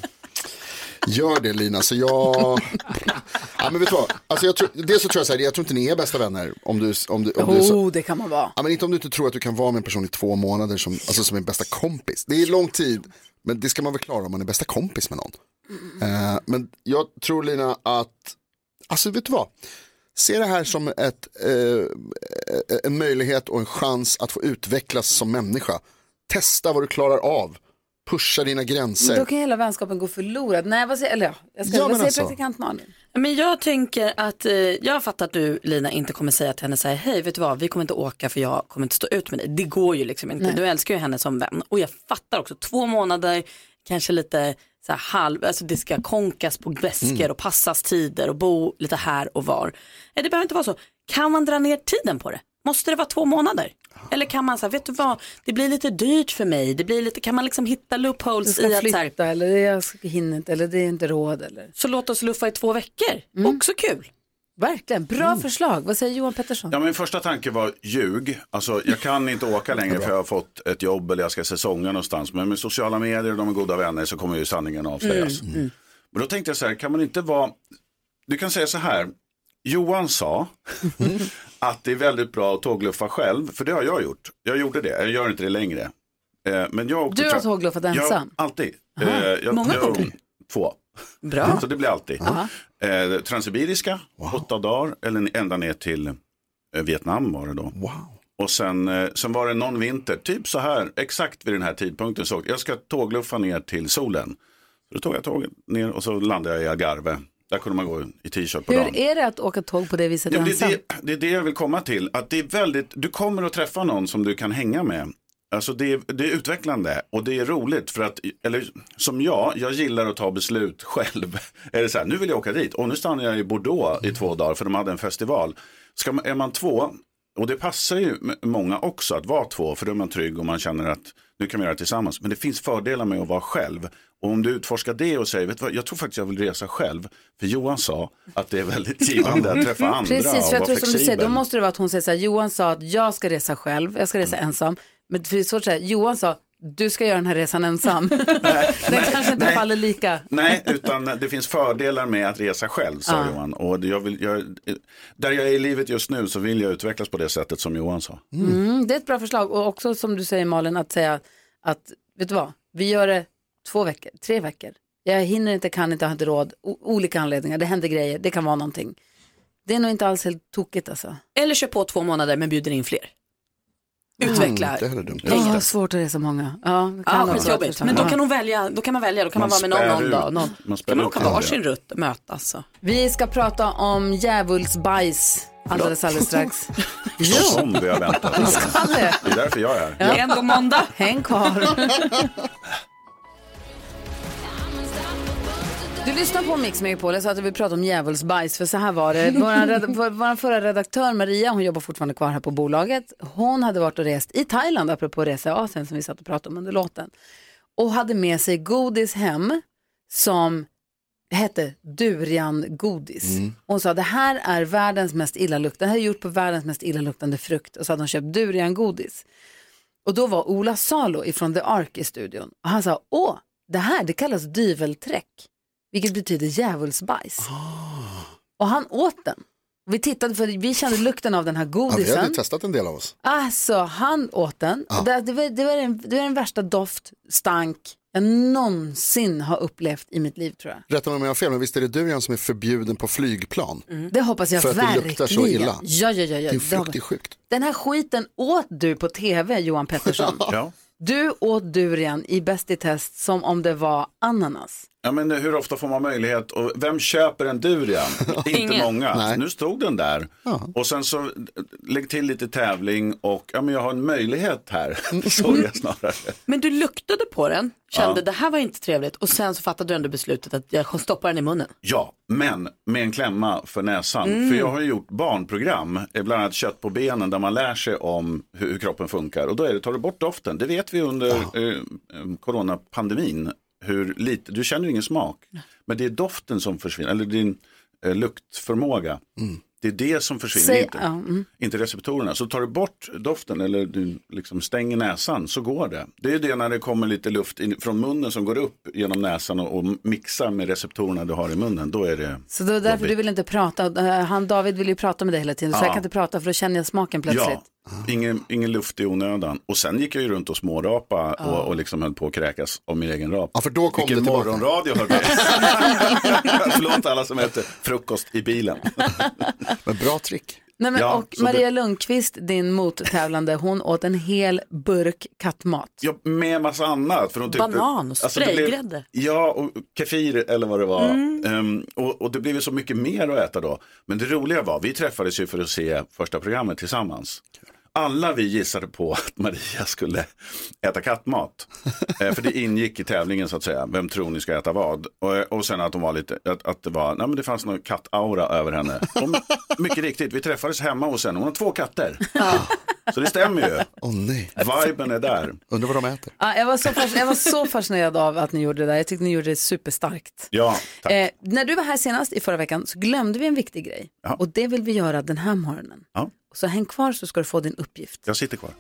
B: gör det Lina, så jag... Ja, men vet du vad? Alltså, jag tror, dels så tror jag så här, jag tror inte ni är bästa vänner om du... Om du, om du så,
A: Oh, det kan man vara.
B: ja, men inte om du inte tror att du kan vara med en person i två månader som, alltså, som är bästa kompis. Det är lång tid, men det ska man väl klara om man är bästa kompis med någon. Eh, men jag tror Lina att, alltså vet du vad? Se det här som ett, eh, en möjlighet och en chans att få utvecklas som människa. Testa vad du klarar av. Pusha dina gränser.
A: Då kan hela vänskapen gå förlorad. Nej, vad säger, eller ja, jag ska,
B: Ja,
A: vad
B: men
A: säger
B: alltså.
A: praktikant Malin?
G: Men jag tänker att eh, jag fattar att du Lina inte kommer säga till henne så här, hej vet du vad, vi kommer inte åka för jag kommer inte stå ut med dig. Det går ju liksom inte, du älskar ju henne som vän. Och jag fattar också, två månader, kanske lite så här halv, alltså det ska konkas på väskor och passas tider och bo lite här och var. Nej, det behöver inte vara så. Kan man dra ner tiden på det? Måste det vara två månader? Eller kan man säga, vet du vad, det blir lite dyrt för mig, det blir lite, kan man liksom hitta
A: Du
G: loopholes i
A: ska
G: att så här,
A: flytta eller jag ska- hinner inte eller det är inte råd eller.
G: så låt oss luffa i två veckor,
A: Mm.
G: också kul.
A: Verkligen, bra förslag. Vad säger Johan Pettersson?
J: Mm. Ja, min första tanke var ljug. Alltså, jag kan inte åka längre för jag har fått ett jobb eller jag ska säsonga någonstans. Men med sociala medier och de är goda vänner så kommer ju sanningen avslöjas.
A: Mm,
J: Men då tänkte jag så här, kan man inte vara... Du kan säga så här, Johan sa att det är väldigt bra att tågluffa själv, för det har jag gjort. Jag gjorde det, jag gör inte det längre. Eh, Men jag åkte
A: Du har
J: tra-
A: tågluffat
J: Ja,
A: ensam.
J: alltid. Eh, jag,
G: Många
J: jag,
G: gånger?
J: Två.
G: Bra.
J: Så det blir alltid. Eh, Transsibiriska, åtta dagar, eller ända ner till eh, Vietnam var det då.
B: Wow.
J: Och sen, eh, sen var det någon vinter, typ så här, exakt vid den här tidpunkten, så åkte- jag ska tågluffa ner till solen. Så då tog jag tåget ner och så landade jag i Algarve. Där kunde man gå i t-shirt på dagen.
A: Hur är det att åka tåg på det viset
J: Ja, men det,
A: ensam?
J: är det, det är det jag vill komma till. Att det är väldigt, du kommer att träffa någon som du kan hänga med. Alltså det, är, det är utvecklande och det är roligt för att, eller som jag, jag gillar att ta beslut själv. Är det så här, nu vill jag åka dit och nu stannar jag i Bordeaux i två dagar för de hade en festival. Ska man, är man två, och det passar ju m- många också att vara två för då är man trygg och man känner att nu kan vi göra det tillsammans. Men det finns fördelar med att vara själv. Och om du utforskar det och säger, vet du vad, jag tror faktiskt jag vill resa själv. För Johan sa att det är väldigt givande att träffa andra
A: Precis,
J: och
A: för jag
J: vara
A: tror som du säger,
J: flexibel.
A: då måste det vara att hon säger så här, Johan sa att jag ska resa själv, jag ska resa
J: Mm.
A: ensam. Men för det är svårt att säga, Johan sa, du ska göra den här resan ensam. Den kanske inte
J: nej.
A: faller lika.
J: Nej, utan det finns fördelar med att resa själv, sa
A: Ah.
J: Johan. Och jag vill, jag, där jag är i livet just nu så vill jag utvecklas på det sättet som Johan sa.
A: Mm, det är ett bra förslag och också som du säger Malin att säga att vet du vad, vi gör det två veckor, tre veckor. Jag hinner inte, kan inte, har inte råd, o- olika anledningar, det händer grejer, det kan vara någonting. Det är nog inte alls helt tokigt alltså.
G: Eller kör på två månader men bjuder in fler. Utveckla.
B: Mm, det här är dumt.
A: Jag har svårt att resa många. Ja, det kan
G: Ja,
A: vara
G: skitjobbigt.
A: svårt.
G: Men då
A: Ja.
G: kan, hon välja, då kan man välja, då kan man,
J: Man
G: vara med någon
J: spär
G: någon
J: ut.
G: dag. Någon.
J: Man spär
G: kan man
J: ut
G: åka
J: lite.
G: varsin rutt alltså. mötas. och-
A: Vi ska prata om djävulsbajs alldeles, alldeles strax. jo,
J: Som vi har väntat.
A: vi ska det.
J: Det är därför jag är här.
G: Det är ändå måndag.
A: Häng kvar. Du lyssnar på Mix Megapol, jag sa att vi pratade om djävulsbajs, för så här var det. Vår, red- vår, vår förra redaktör Maria, hon jobbar fortfarande kvar här på bolaget, hon hade varit och rest i Thailand, apropå resa i Asien som vi satt och pratade om under låten, och hade med sig godis hem som hette duriangodis.
B: Mm.
A: Och Hon sa det här är världens mest illaluktande, det här är gjort på världens mest illaluktande frukt och så hade hon köpt duriangodis. Och då var Ola Salo ifrån The Ark i studion. Och han sa, åh, det här det kallas dyvelträck, vilket betyder djävulsbajs.
B: Ah.
A: Och han åt den. Vi tittade, för vi kände lukten av den här
B: Ja, vi hade
A: godisen.
B: ju testat en del av oss.
A: Alltså, han åt den. Och Det, det, var, det, var den det var den värsta doft, stank, jag någonsin har upplevt i mitt liv tror jag.
B: Rätta mig om jag har fel, men visst är det durian som är förbjuden på flygplan?
A: Det hoppas jag
B: För att det
A: verkligen.
B: luktar så illa.
A: Ja, ja, ja, Mm. ja.
B: Det är
A: Det hoppas-
B: fruktigt sjukt.
A: Den här skiten åt du på tv, Johan Pettersson.
J: Ja.
A: Du åt durian i Bäst i test som om det var ananas.
J: Ja, men hur ofta får man möjlighet och vem köper en durian? Inte
G: Ingen.
J: många.
B: Nej.
J: Nu stod den där. Och sen så eh, lägg till lite tävling och ja, men jag har en möjlighet här. Såg jag snarare.
G: Men du luktade på den, kände det här var inte trevligt och sen så fattade du ändå beslutet att jag stoppar den i munnen.
J: Ja, men med en klämma för näsan.
A: Mm.
J: För jag har ju gjort barnprogram, eh, bland annat Kött på benen, där man lär sig om hur, hur kroppen funkar. Och då är det, tar du bort doften. Det vet vi under eh, eh, coronapandemin, hur lite, du känner ju ingen smak. Men det är doften som försvinner, eller din eh, luktförmåga. Det är det som försvinner,
A: Mm. Säg-
J: inte,
A: ja, mm.
J: inte receptorerna. Så tar du bort doften eller du liksom stänger näsan så går det. Det är det när det kommer lite luft in, från munnen som går upp genom näsan och, och mixar med receptorerna du har i munnen. Då är det...
A: Så det var därför
J: Jobbigt.
A: du vill inte prata. Eh, Han David vill ju prata med dig hela tiden. Så
J: Ja.
A: jag kan inte prata för då känner jag smaken plötsligt.
J: Ja, ingen, ingen luft i onödan. Och sen gick jag ju runt och smårapa och, och liksom höll på att kräkas av min egen rap.
B: Ja, för då kom
J: Vilken
B: det tillbaka.
J: morgonradio hörde jag. Förlåt alla som äter frukost i bilen.
B: Men bra trick.
A: Nej, men,
J: Ja,
A: och
J: så
A: Maria Lundqvist, din mottävlande, hon åt en hel burk kattmat.
J: Ja, med massa annat. För de tyckte,
G: Banan och
J: det blev-
G: spraygrädde. Mm.
J: Ja, och kefir eller vad det var. Ehm, och, och det blev ju så mycket mer att äta då. Men det roliga var, vi träffades ju för att se första programmet tillsammans. Alla vi gissade på att Maria skulle äta kattmat. Eh, för det ingick i tävlingen så att säga. Vem tror ni ska äta vad? Och, eh, och sen att, hon var lite, att, att det var, nej men det fanns någon kattaura över henne. Och my- mycket riktigt, vi träffades hemma hos henne. Hon har två katter. Så det stämmer ju.
B: Åh nej,
J: Viben är där.
B: undrar vad de äter.
A: Ah, jag, var så fascinerad, jag var så fascinerad av att ni gjorde det där. Jag tyckte ni gjorde det superstarkt.
J: Ja, tack.
A: Eh, när du var här senast i förra veckan så glömde vi en viktig grej.
J: Ja.
A: Och det vill vi göra den här morgonen.
J: Ja.
A: Så häng kvar så ska du få din uppgift.
J: Jag sitter kvar.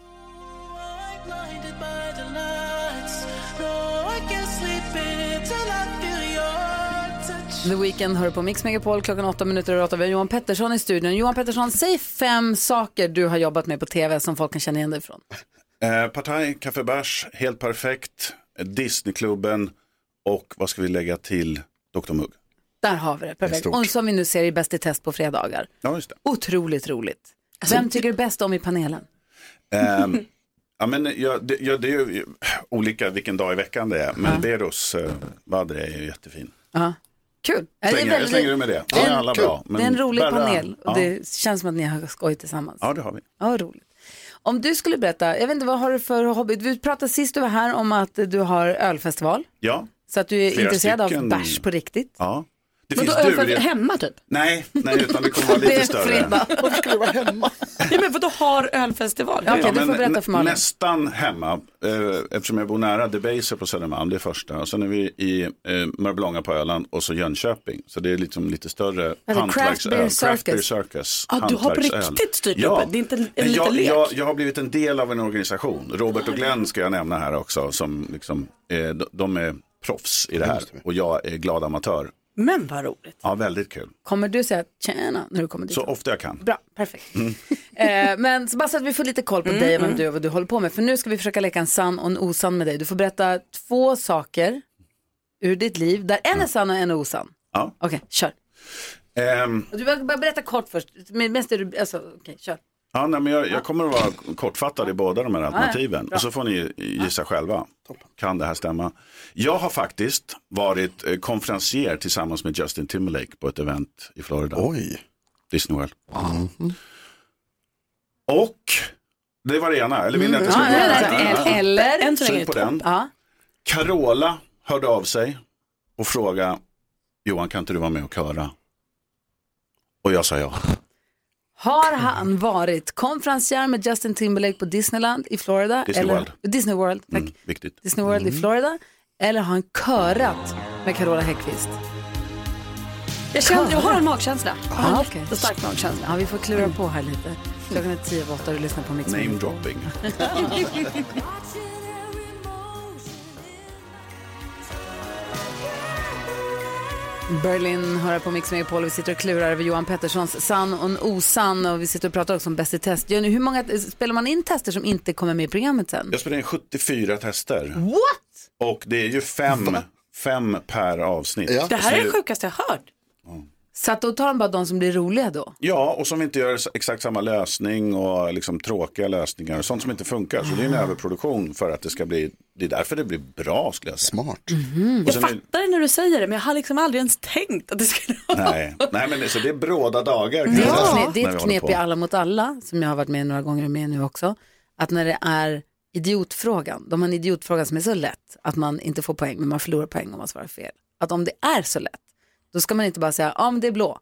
A: The Weeknd hör på Mix Megapol klockan åtta minuter över åtta. Vi har Johan Pettersson i studion. Johan Pettersson, säg fem saker du har jobbat med på tv som folk kan känna igen dig ifrån.
J: Eh, Partaj, Café Bärs, Helt Perfekt, Disneyklubben och vad ska vi lägga till? Dr Mugg.
A: Där har vi det,
B: Det är
A: perfekt.
B: stort.
A: Och som vi nu ser i Bäst i test på fredagar.
J: Ja, just det. Alltså,
A: Otroligt roligt. Vem tycker du bäst om i panelen?
J: Ehm, ja, men jag, det, jag, det är ju olika vilken dag i veckan det är, men Beros eh, Badre är ju jättefin.
A: Ja. Kul. Ja, det är
J: Slänger- jag
A: väldigt-
J: slänger ut med det. Ja,
A: en-
J: alla
A: kul.
J: bra, men
A: det är en rolig
J: Berra-
A: panel och
J: ja.
A: det känns som att ni har skoj tillsammans.
J: Ja, det har vi.
A: Ja, roligt. Om du skulle berätta, jag vet inte vad har du för hobby? Vi pratade sist du var här om att du har ölfestival.
J: Ja,
A: Så att du är
J: Flera
A: intresserad
J: stycken.
A: av bärs på riktigt.
J: ja. Det
G: Men då
J: finns du.
G: övar vi
J: Det...
G: hemma typ?
J: Nej, nej, utan det kommer vara lite större.
B: Varför skulle jag vara hemma?
G: Ja, men vadå har ölfestival?
A: Ja, okej, du
J: men
A: får berätta
J: nä-
A: för Malin.
J: Nästan hemma, eh, eftersom jag bor nära Debaser på Södermalm, det är första. Och sen är vi i eh, Mörbylånga på Öland och så Jönköping. Så det är liksom lite större
A: Vad är det? Craft
J: hantverksöl.
A: Beer
J: Craft Beer
A: Circus.
J: Circus.
G: Ja, du har på
J: hantverksöl.
G: riktigt styrt
J: ja.
G: upp det. Det är inte en, en
J: Men
G: liten
J: jag,
G: lek.
J: jag, jag har blivit en del av en organisation. Robert och Glenn ska jag nämna här också. Som liksom, eh, de, de är proffs i det här och jag är glad amatör.
G: Men vad roligt.
J: Ja, väldigt kul.
A: Kommer du säga tjena när du kommer dit?
J: Så ofta jag kan.
A: Bra, perfekt. Eh, men så bara så att vi får lite koll på dig och vem du är och vad du håller på med. För nu ska vi försöka leka en sann och en osann med dig. Du får berätta två saker ur ditt liv där en är sann och en är osann.
J: Ja.
A: Okej, kör.
J: Ehm,
A: Och Du behöver bara berätta kort först. Men Mest är du, alltså, okej, kör.
J: Ja, nej, men jag, jag kommer att vara kortfattad i båda de här alternativen. och så får ni gissa själva. Kan det här stämma? Jag har faktiskt varit eh, konferencier tillsammans med Justin Timberlake på ett event i Florida.
B: Oj.
J: Disney World. Och det var det ena. Eller vill ni att jag
A: Mm.
J: ska gå
A: Eller,
J: vidare?
A: eller
G: Än så länge
J: Sug på den.
A: ja.
J: Carola hörde av sig och frågade Johan kan inte du vara med och köra? Och jag sa ja.
A: har han varit konferencier med Justin Timberlake på Disneyland i Florida?
J: Disney
A: eller,
J: World.
A: Disney World, tack.
J: Mm, viktigt.
A: Disney World i Florida. Eller har han körat med Carola Häggkvist?
G: Jag, känner, jag har en magkänsla. Jag har en
A: Ah, okej.
G: jättestark magkänsla.
A: Ja, vi får klura på här lite. Klockan är tio över åtta och du lyssnar på Mix
J: Name
A: Megapol.
J: dropping.
A: Berlin hör här på Mix Megapol. Vi sitter och klurar över Johan Petterssons sann och en osann och vi sitter och pratar också om Bäst i test. Jenny, hur många spelar man in tester som inte kommer med i programmet sen?
J: Jag spelade in 74 tester.
A: What?
J: Och det är ju fem, fem per avsnitt.
B: Ja.
G: Det här är det sjukaste jag hört.
A: Så att då tar de bara de som blir roliga då?
J: Ja, och som inte gör s- exakt samma lösning och liksom tråkiga lösningar och sånt som inte funkar. Så det är
A: Ah.
J: en överproduktion för att det ska bli, det är därför det blir bra skulle jag säga.
B: Smart.
J: Och
A: Mm.
G: Jag
J: sen är,
G: fattar det när du säger det men jag har liksom aldrig ens tänkt att det skulle vara.
J: nej, nej, men det, så det är bråda dagar. kan
A: Det är
J: jag
A: ett
J: säga,
A: knep, det
J: när Mm.
A: är
J: vi
A: ett
J: håller
A: knep
J: på.
A: i Alla mot alla, som jag har varit med i några gånger och med nu också, att när det är idiotfrågan, de har en idiotfråga som är så lätt att man inte får poäng, men man förlorar poäng om man svarar fel. Att om det är så lätt, då ska man inte bara säga, ja men det är blå,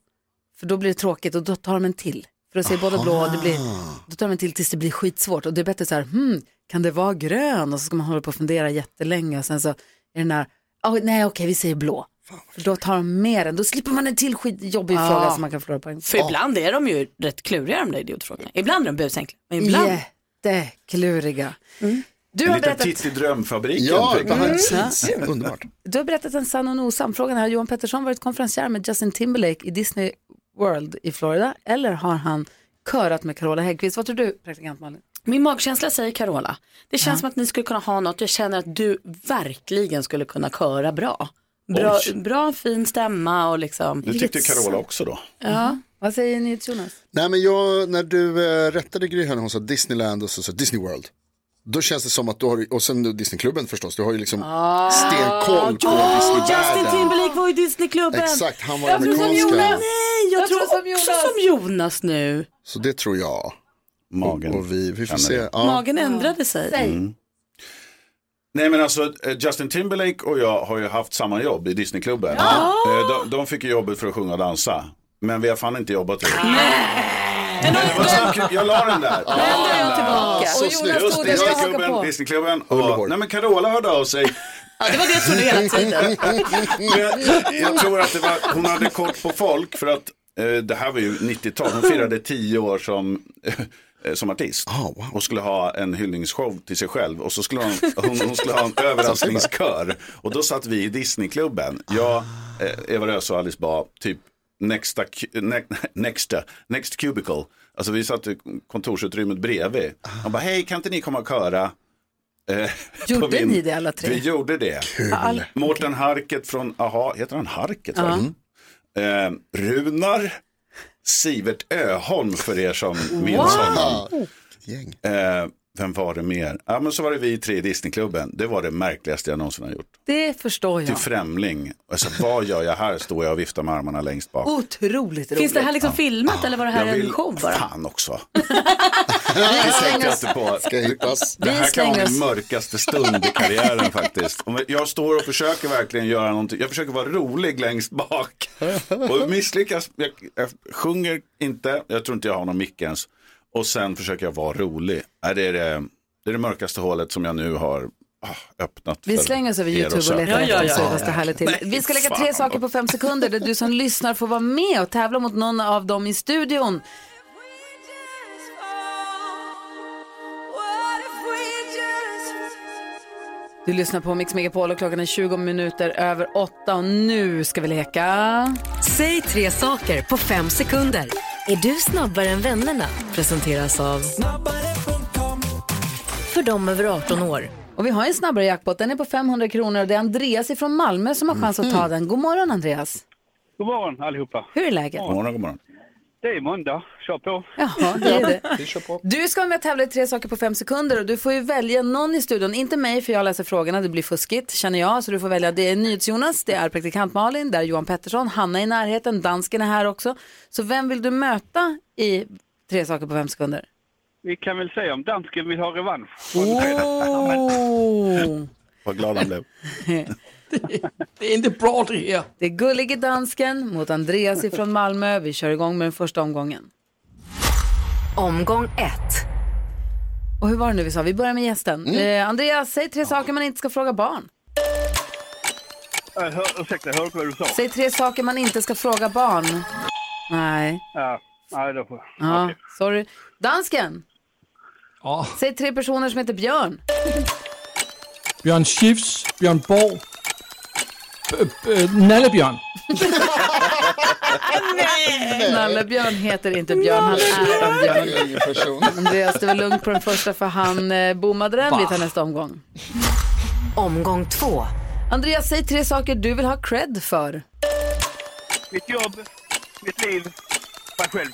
A: för då blir det tråkigt och då tar de en till. För då säger båda blå och det blir, då tar de en till tills det blir skitsvårt. Och det är bättre så här, hmm, kan det vara grön? Och så ska man hålla på och fundera jättelänge och sen så är det den där, "Åh, nej okej vi säger blå. För då tar de med den, då slipper man en till skitjobbig fråga som man kan förlora poäng på.
G: För ibland är de ju rätt kluriga de där idiotfrågorna. Ibland är de busenkla men ibland.
A: Jättekluriga. Mm. Du,
J: En
A: har
J: liten
A: berättat,
J: titt i drömfabriken. typ.
B: Ja,
J: fick
B: det
J: man.
B: här
G: Mm.
B: är underbart.
A: du har berättat en sann och en osann fråga. Har Johan Pettersson varit konferencier med Justin Timberlake i Disney World i Florida eller har han körat med Carola Häggkvist? Vad tror du, praktikant Malin?
G: Min magkänsla säger Carola. Det känns som att ni skulle kunna ha något. Jag känner att du verkligen skulle kunna köra bra. Bra,
J: Oj.
G: bra fin stämma och liksom.
J: Det tyckte Carola också då.
A: Mm. Vad säger ni till Jonas?
B: Nej men jag, när du eh, rättade Gry här när hon sa Disneyland och så sa Disney World. Då känns det som att du har, och sen då Disneyklubben förstås, du har ju liksom stenkoll på
G: Ah. Justin
B: Disneyvärlden.
G: Timberlake var i Disneyklubben.
B: Exakt, han var
A: Jag tror som
B: amerikanska.
A: Jonas.
G: Nej, jag,
A: Jag
G: tror
A: tror som
G: också
A: Jonas.
G: som Jonas nu.
B: Så det tror jag.
J: Magen.
B: Och vi, vi får
J: känner
B: se.
J: det.
B: Ja.
G: Magen ändrade sig.
J: Nej men alltså eh, Justin Timberlake och jag har ju haft samma jobb i Disneyklubben. Eh, De, de fick ju jobbet för att sjunga och dansa. Men vi har fan inte jobbat ihop. Men det var så kul. Jag la den där.
G: Då ändrar jag tillbaka.
B: Så
A: Jonas
B: snyggt.
A: tog
J: Just det,
A: den jag hakar
J: Disneyklubben,
A: på.
J: Disneyklubben.
B: Underbart.
J: Och, nej men Carola hörde av sig.
G: Ja, det var det jag trodde hela tiden.
J: Jag, Eh, jag tror att det var, hon hade kort på folk för att eh, det här var ju 90-tal. Hon firade tio år som, eh, som artist.
B: Ah, wow.
J: Och skulle ha en hyllningsshow till sig själv. Och så skulle hon, hon, hon skulle ha en överraskningskör. Och då satt vi i Disneyklubben. Jag, eh, Eva Röse och Alice Ba, typ Nexta, cu- ne, nexta, next cubicle. Alltså vi satt i kontorsutrymmet bredvid. Han bara, hej kan inte ni komma och köra? Eh, på
A: Gjorde
J: min-
A: ni det alla tre?
J: Vi gjorde det.
A: All...
J: Mårten Harket från, aha, heter han Harket? va? Eh, Runar Sivert Öholm för er som minns honom.
B: gäng.
J: Eh, vem var det mer? Ja, men så var det vi tre i Disneyklubben. Det var det märkligaste jag någonsin har gjort.
A: Det förstår
J: Till
A: jag.
J: främling. Alltså, vad gör jag här? Står jag och viftar med armarna längst bak.
A: Otroligt roligt.
G: Finns det här liksom filmat eller var det här
J: jag
G: en show bara?
J: Fan också. det tänkte jag inte på.
B: Ska hittas.
J: Det här kan
A: slänger
J: vara
A: oss-
J: min mörkaste stund i karriären faktiskt. Om Jag står och försöker verkligen göra någonting. Jag försöker vara rolig längst bak. Och misslyckas. Jag, jag sjunger inte. Jag tror inte jag har någon mick ens. Och sen försöker jag vara rolig. Nej, Det är det, det, är det mörkaste hålet som jag nu har ah, öppnat.
A: Vi
J: för
A: slänger oss över
J: er
A: Youtube och
J: söker.
A: letar
C: Ja, ja,
A: efter
C: ja,
A: så
C: ja.
A: fast det härligt till.
J: Nej,
A: Vi ska lägga tre
J: fan.
A: saker på fem sekunder där du som lyssnar får vara med och tävla mot någon av dem i studion. Du lyssnar på Mix Megapol och klockan är 20 minuter över åtta och nu ska vi leka.
K: Säg tre saker på fem sekunder. Är du snabbare än vännerna? Presenteras av För dem över 18 år.
A: Och vi har en snabbare jackpot, den är på 500 kronor och det är Andreas ifrån Malmö som har chans att ta
J: Mhm.
A: den. God morgon Andreas,
I: God morgon allihopa.
A: hur är läget?
J: God morgon, god morgon.
I: Det är måndag. Kör på.
A: Jaha, det är det. Du ska vara med och tävla i tre saker på fem sekunder och du får ju välja någon i studion, inte mig för jag läser frågorna, det blir fuskigt känner jag, så du får välja, det är NyhetsJonas, det är praktikant Malin, det är Johan Pettersson, Hanna är i närheten, dansken är här också. Så vem vill du möta i tre saker på fem sekunder?
I: Vi kan väl säga om dansken vill ha revansch.
A: Oh.
J: Vad glad han blev.
F: Det är inte bra det här.
A: Det är gullige dansken mot Andreas ifrån Malmö, vi kör igång med den första omgången.
K: Omgång 1.
A: Och hur var det nu vi sa, vi börjar med gästen. Eh, Andreas, säg tre saker man inte ska fråga barn.
I: Äh, hör, ursäkta, hörde du vad du sa?
A: Säg tre saker man inte ska fråga barn. Nej,
I: Ja, nej, då får...
A: ja, sorry. Dansken,
F: Ja,
A: säg tre personer som heter Björn.
F: Björn Schiffs, Björn Borg, øh, B- B- Nallebjörn.
A: Nalle Björn heter inte Björn, han är en Björn.
B: Ingen person.
A: Andreas, det var lugnt på den första för han eh, bommade den. Vi tar nästa omgång.
K: Omgång 2.
A: Andreas, säg tre saker du vill ha cred för.
I: Mitt jobb, mitt liv, mig själv.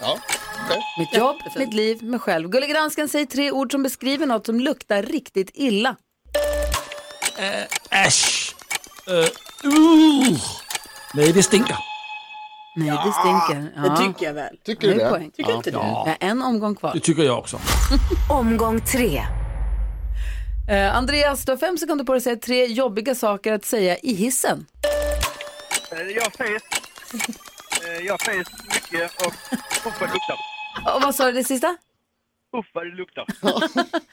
B: Ja, okej.
A: Mitt jobb, mitt liv, mig själv. Gullige dansken, säg tre ord som beskriver något som luktar riktigt illa.
F: Äsch! Uh, uh. Nej, det stinker.
A: Nej, det stinker. Ja.
G: Det tycker jag väl.
B: Tycker du
A: Det är
B: det?
A: poäng.
B: Tycker inte
F: Ja,
A: Det är en omgång kvar.
F: det tycker jag också.
K: Omgång 3.
A: Eh, Andreas, du har fem sekunder på dig att säga tre jobbiga saker att säga i hissen.
I: Eh, Jag fes. Eh, Jag fes mycket och uff vad det luktar.
A: Och vad sa du det sista?
I: Uff vad det luktar.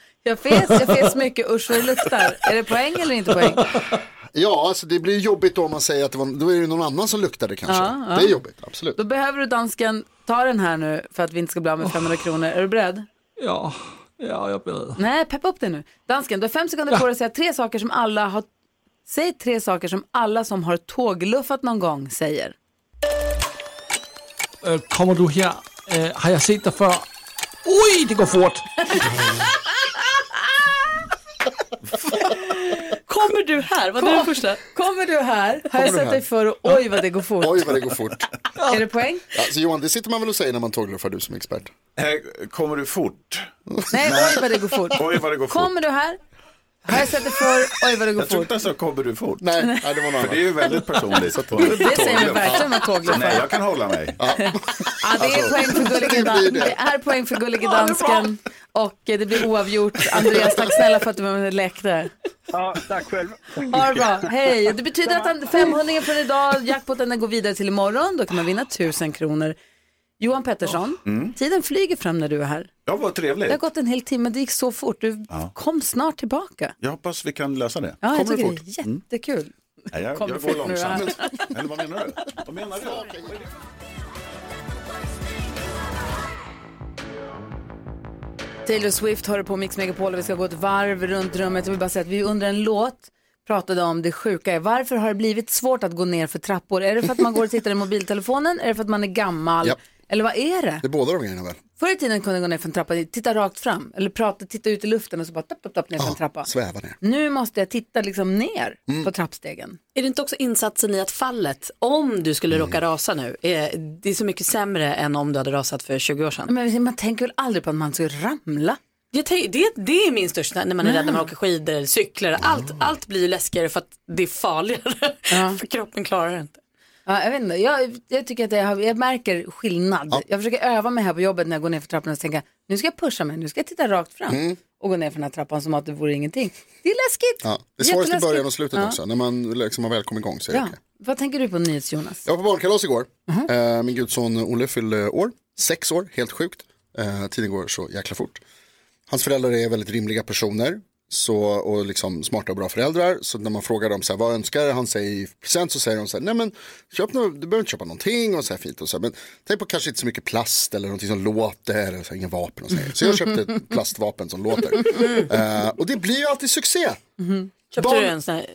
A: Jag fes, jag fes mycket, usch vad det luktar. Är det poäng eller inte poäng?
B: Ja, alltså det blir jobbigt då om man säger att det var, då är det någon annan som luktade kanske.
A: Ja, ja.
B: Det är jobbigt, absolut.
A: Då behöver du dansken ta den här nu för att vi inte ska bli av med 500 kronor. Är du beredd?
F: Ja, ja jag är beredd.
A: Nej, peppa upp dig nu. Dansken, du har fem sekunder på dig att säga tre saker som alla har... Säg tre saker som alla som har tågluffat någon gång säger.
F: Øh, kommer du her? Øh, har jeg set dig før? Ui, det går fort.
G: Kommer du här? Var det den första?
A: Kommer du här, har jag
B: du
A: sett
B: här?
A: dig för och oj vad det går fort.
B: Oj vad det går fort.
A: Är det poäng?
B: Alltså Johan, det sitter man väl och säger när man tågluffar du som expert.
J: Eh, kommer du fort?
A: Nej, oj vad det går fort.
J: Oj vad det går fort.
A: Kommer du här, har jag sett dig för oj vad det går
J: jag tror
A: fort.
J: inte ens jag kommer du fort.
B: Nej, nej det
J: För
B: var någon
J: det är
B: annan.
J: ju väldigt personligt. på
A: Det säger man verkligen med
J: Så
A: tågluffar.
J: nej, jag kan hålla mig.
A: Ja, det är poäng för gullige
B: det blir
A: dansken.
B: det.
A: Det är poäng för gullige dansken. Och eh, det blir oavgjort. Andreas, tack snälla för att du var med och lekte.
I: Ja, tack själv.
A: Ha det bra. Hej. Det betyder att han- 500 från idag, jackpoten den går vidare till imorgon. Då kan man vinna 1000 kronor. Johan Pettersson, tiden flyger fram när du är här.
J: Ja, vad
A: Det har
J: trevligt.
A: gått en hel timme, det gick så fort. Du kom snart tillbaka.
J: Jag hoppas vi kan lösa det.
A: Ja, jag
J: kommer du
A: tycker det
J: fort? Mm.
A: är jättekul.
J: Nej, jag,
A: Kommer
J: jag
A: fort
J: går
A: nu,
J: långsamt. Eller vad menar du? Vad menar du?
A: Taylor Swift hör på Mix Megapol och vi ska gå ett varv runt rummet. Jag vill bara säga att vi under en låt pratade om det sjuka i varför har det blivit svårt att gå ner för trappor? Är det för att man går och tittar i mobiltelefonen? Är det för att man är gammal?
B: Japp.
A: Eller vad är det?
B: Det är båda de grejerna väl?
A: Förr i tiden kunde jag gå ner för en trappa, titta rakt fram eller prata, titta ut i luften och så bara tapp, tapp, tapp ner för en trappa.
B: Sväva ner.
A: Nu måste jag titta liksom ner
J: Mm.
A: på trappstegen.
G: Är det inte också insatsen i att fallet, om du skulle råka rasa nu, är, det är så mycket sämre än om du hade rasat för 20 år sedan?
A: Men man tänker väl aldrig på att man ska ramla?
G: Jag tänker, det, det är min största, när man är
A: Mm.
G: rädd när man åker skidor eller cyklar. Allt, allt blir ju läskigare för att det är farligare. för kroppen klarar det inte.
A: Ja, jag, vet inte. Jag, jag tycker att jag, har- jag märker skillnad. Jag försöker öva mig här på jobbet när jag går ner för trappan och tänka nu ska jag pusha mig, nu ska jag titta rakt fram
B: Mm.
A: och gå ner för den här trappan som att det vore ingenting. Det är läskigt.
B: Ja. Det är svårast i
A: Jätteläskigt.
B: början och slutet
A: Ja.
B: också, när man liksom har väl kommit igång. Så är det
A: Ja.
B: okej.
A: Vad tänker du på nyhets Jonas?
B: Jag var på barnkalas igår. Eh, Min gudson Olle fyllde år, sex år, helt sjukt. Eh, Tiden går så jäkla fort. Hans föräldrar är väldigt rimliga personer så, och liksom smarta och bra föräldrar. Så när man frågar dem så här, vad önskar han sig i present så säger de så här, nej men köp nå- du behöver inte köpa någonting och så här fint. Och så här, men tänk på kanske inte så mycket plast eller någonting som låter, eller så här, inga vapen och så här. Så jag köpte ett plastvapen som låter. Eh, och det blir ju alltid succé.
G: Köpte
B: Barn-
G: du en sån här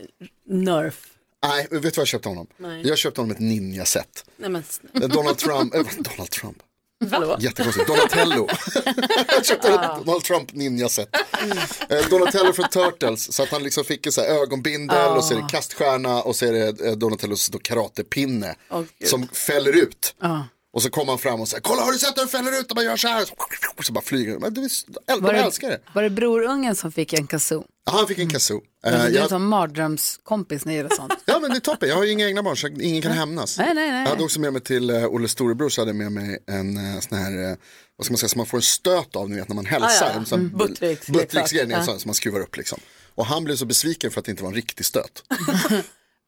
G: Nerf?
B: Nej, vet du vad jag köpte honom?
G: Nej.
B: Jag köpte honom ett ninja-set.
G: Nej, men...
B: Eh, Donald Trump, eh, Donald Trump.
G: Hallå?
B: Jättekonstigt. Donatello. jag köpte ett Donald Trump ninja-set. Eh, Donatello från Turtles. Så att han liksom fick en så här ögonbindel
L: Ah.
B: och så är det kaststjärna och så är det eh, Donatellos då karatepinne.
L: Åh, Gud.
B: som fäller ut.
A: Ja.
B: Och så kommer han fram och säger, kolla har du sett hur den fäller ut? Och man gör så här. Och så bara flyger den. Men det är- De
A: Var det-
B: älskar det.
A: Var det brorungen som fick en kazoo?
B: Ja, Han fick en kazoo. Eh,
A: Alltså, du är
B: jag-
A: en sån mardrömskompis när det gäller sånt.
B: Ja men det är toppen, jag har ju inga egna barn så ingen kan hämnas.
A: Nej, nej, nej.
B: Jag hade också med mig till eh, Olle storebror så hade jag med mig en eh, sån här, eh, vad ska man säga, som man får en stöt av ni vet när man hälsar.
L: Ah, ja.
B: En sån
L: Mm. Buttericks-
B: Buttericksgrej
L: leksak.
B: ja. som man skruvar upp liksom. Och han blev så besviken för att det inte var en riktig stöt.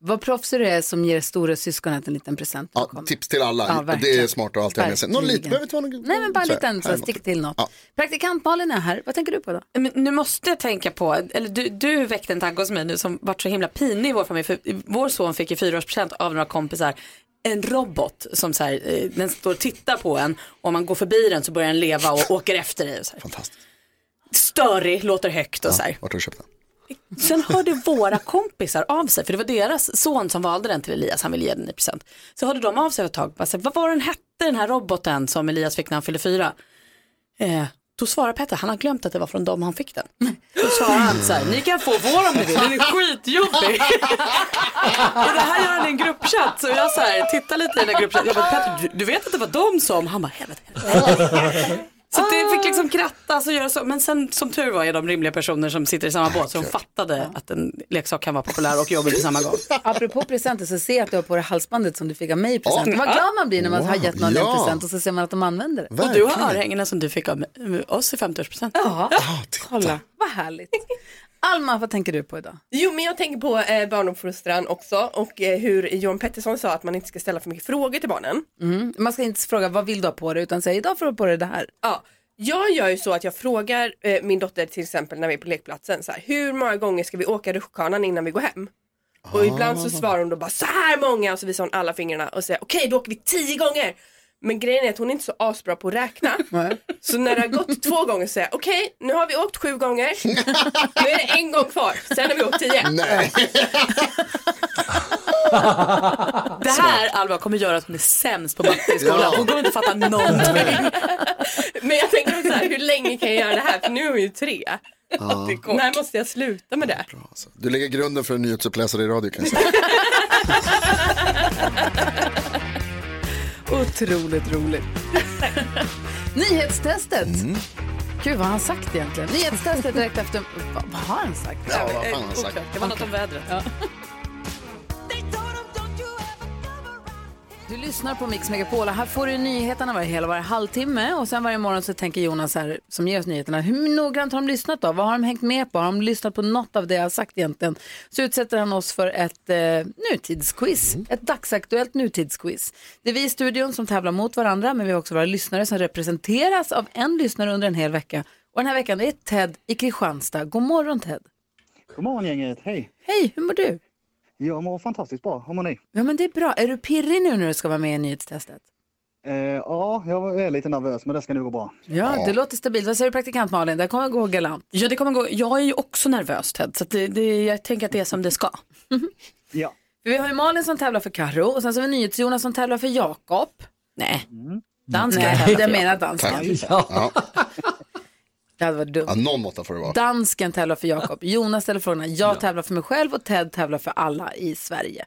A: Vad proffsig du är som ger stora syskonet en liten present.
B: Ja, tips till alla,
A: Ja,
B: och det är
A: verkligen.
B: smart att alltid ha med sig. Någon liten,
A: Verkligen.
B: behöver inte vara någon
A: Nej men bara en
B: så här,
A: liten så här,
B: här är något.
A: stick till något.
B: Ja.
A: Praktikant Malin är här, vad tänker du på då?
G: Men nu måste jag tänka på, eller du, du väckte en tanke hos mig nu som vart så himla pinlig i vår familj. För vår son fick i fyraårspresent av några kompisar en robot som så här, eh, den står och tittar på en och om man går förbi den så börjar den leva och åker efter dig. och Så här.
B: Fantastiskt.
G: Störig, låter högt och så här.
B: Vart har du köpt den?
G: Sen hörde våra kompisar av sig, för det var deras son som valde den till Elias, han ville ge den i present. Så hörde de av sig ett tag, bara så här, vad var den hette den här roboten som Elias fick när han fyllde fyra? Eh, då svarar Petter, han har glömt att det var från dem han fick den. Då svarar han så här, ni kan få vår om ni vill, den är skitjobbig. Och det här gör han i en gruppchatt, så jag så här, tittar lite i den här gruppchatten, jag bara, Petter, du, du vet att det var de som, han bara, helvete. Så det fick liksom krattas och göra så. Men sen som tur var är de rimliga personer som sitter i samma båt så de fattade att en leksak kan vara populär och jobbig på samma gång.
A: Apropå presenter så ser jag att du har på dig halsbandet som du fick av mig i present.
G: Ja.
A: Vad glad man blir när man har
G: Wow.
A: gett någon
G: Ja.
A: en present och så ser man att de använder det.
G: Och du har örhängena som du fick av oss i 50-årspresent.
A: Ja, kolla. Vad härligt. Alma, vad tänker du på idag?
H: Jo men jag tänker på eh, barndomsfostran också och eh, hur Johan Pettersson sa att man inte ska ställa för mycket frågor till barnen.
A: Mm. Man ska inte fråga vad vill du ha på dig utan säga idag får du ha på dig det här.
H: Ja, jag gör ju så att jag frågar eh, min dotter till exempel när vi är på lekplatsen så här, hur många gånger ska vi åka rutschkanan innan vi går hem? Och ibland så svarar hon då bara så här många och så visar hon alla fingrarna och säger okej då åker vi tio gånger. Men grejen är att hon är inte så asbra på att räkna. Så när det har gått två gånger så säger jag okej nu har vi åkt sju gånger. Nu är det en gång kvar, sen har vi åkt tio.
G: Det här Alva kommer göra att hon är sämst på matte i skolan.
H: Ja.
G: Hon kommer inte fatta någonting.
H: Men jag tänker så här, hur länge kan jag göra det här? För nu är hon ju tre.
B: Ja.
H: Det är kort. När måste jag sluta med det?
B: Du lägger grunden för en nyhetsuppläsare i radio kan jag säga.
A: Otroligt roligt. Nyhetstestet.
G: Mm.
A: Gud, vad har han sagt egentligen? Nyhetstestet direkt efter... Vad, vad har han sagt? Eh,
G: Ja, vad fan har han sagt? Det var något om vädret.
A: Du lyssnar på Mix Megapol och här får du nyheterna varje hel och varje halvtimme och sen varje morgon så tänker Jonas här som ger oss nyheterna, hur noggrant har de lyssnat då? Vad har de hängt med på? Har de lyssnat på något av det jag har sagt egentligen? Så utsätter han oss för ett eh, nutidsquiz, ett dagsaktuellt nutidsquiz. Det är vi i studion som tävlar mot varandra men vi har också våra lyssnare som representeras av en lyssnare under en hel vecka. Och den här veckan är Ted i Kristianstad. God morgon Ted!
M: God morgon gänget, hej!
A: Hej, hur mår du?
M: Jag mår fantastiskt bra, hur mår ni?
A: Ja men det är bra. Är du pirrig nu när du ska vara med i nyhetstestet?
M: Eh, ja, jag är lite nervös men det ska nog gå bra.
A: Ja, det låter stabilt. Vad säger du praktikant Malin? Det här kommer gå galant.
G: Ja, det kommer gå. Jag är ju också nervös Ted, så att det, det, jag tänker att det är som det ska.
A: För vi har ju Malin som tävlar för Karo och sen så har vi NyhetsJonas som tävlar för Jakob.
G: Mm. Nej.
A: Dansken.
L: Nej, jag menar dansken.
B: Ja.
A: Det hade varit dumt.
B: Ja, någon måtta får det
A: Alltså.
B: vara.
A: Dansken tävlar för Jakob, Jonas ställer frågorna, jag tävlar för mig själv och Ted tävlar för alla i Sverige.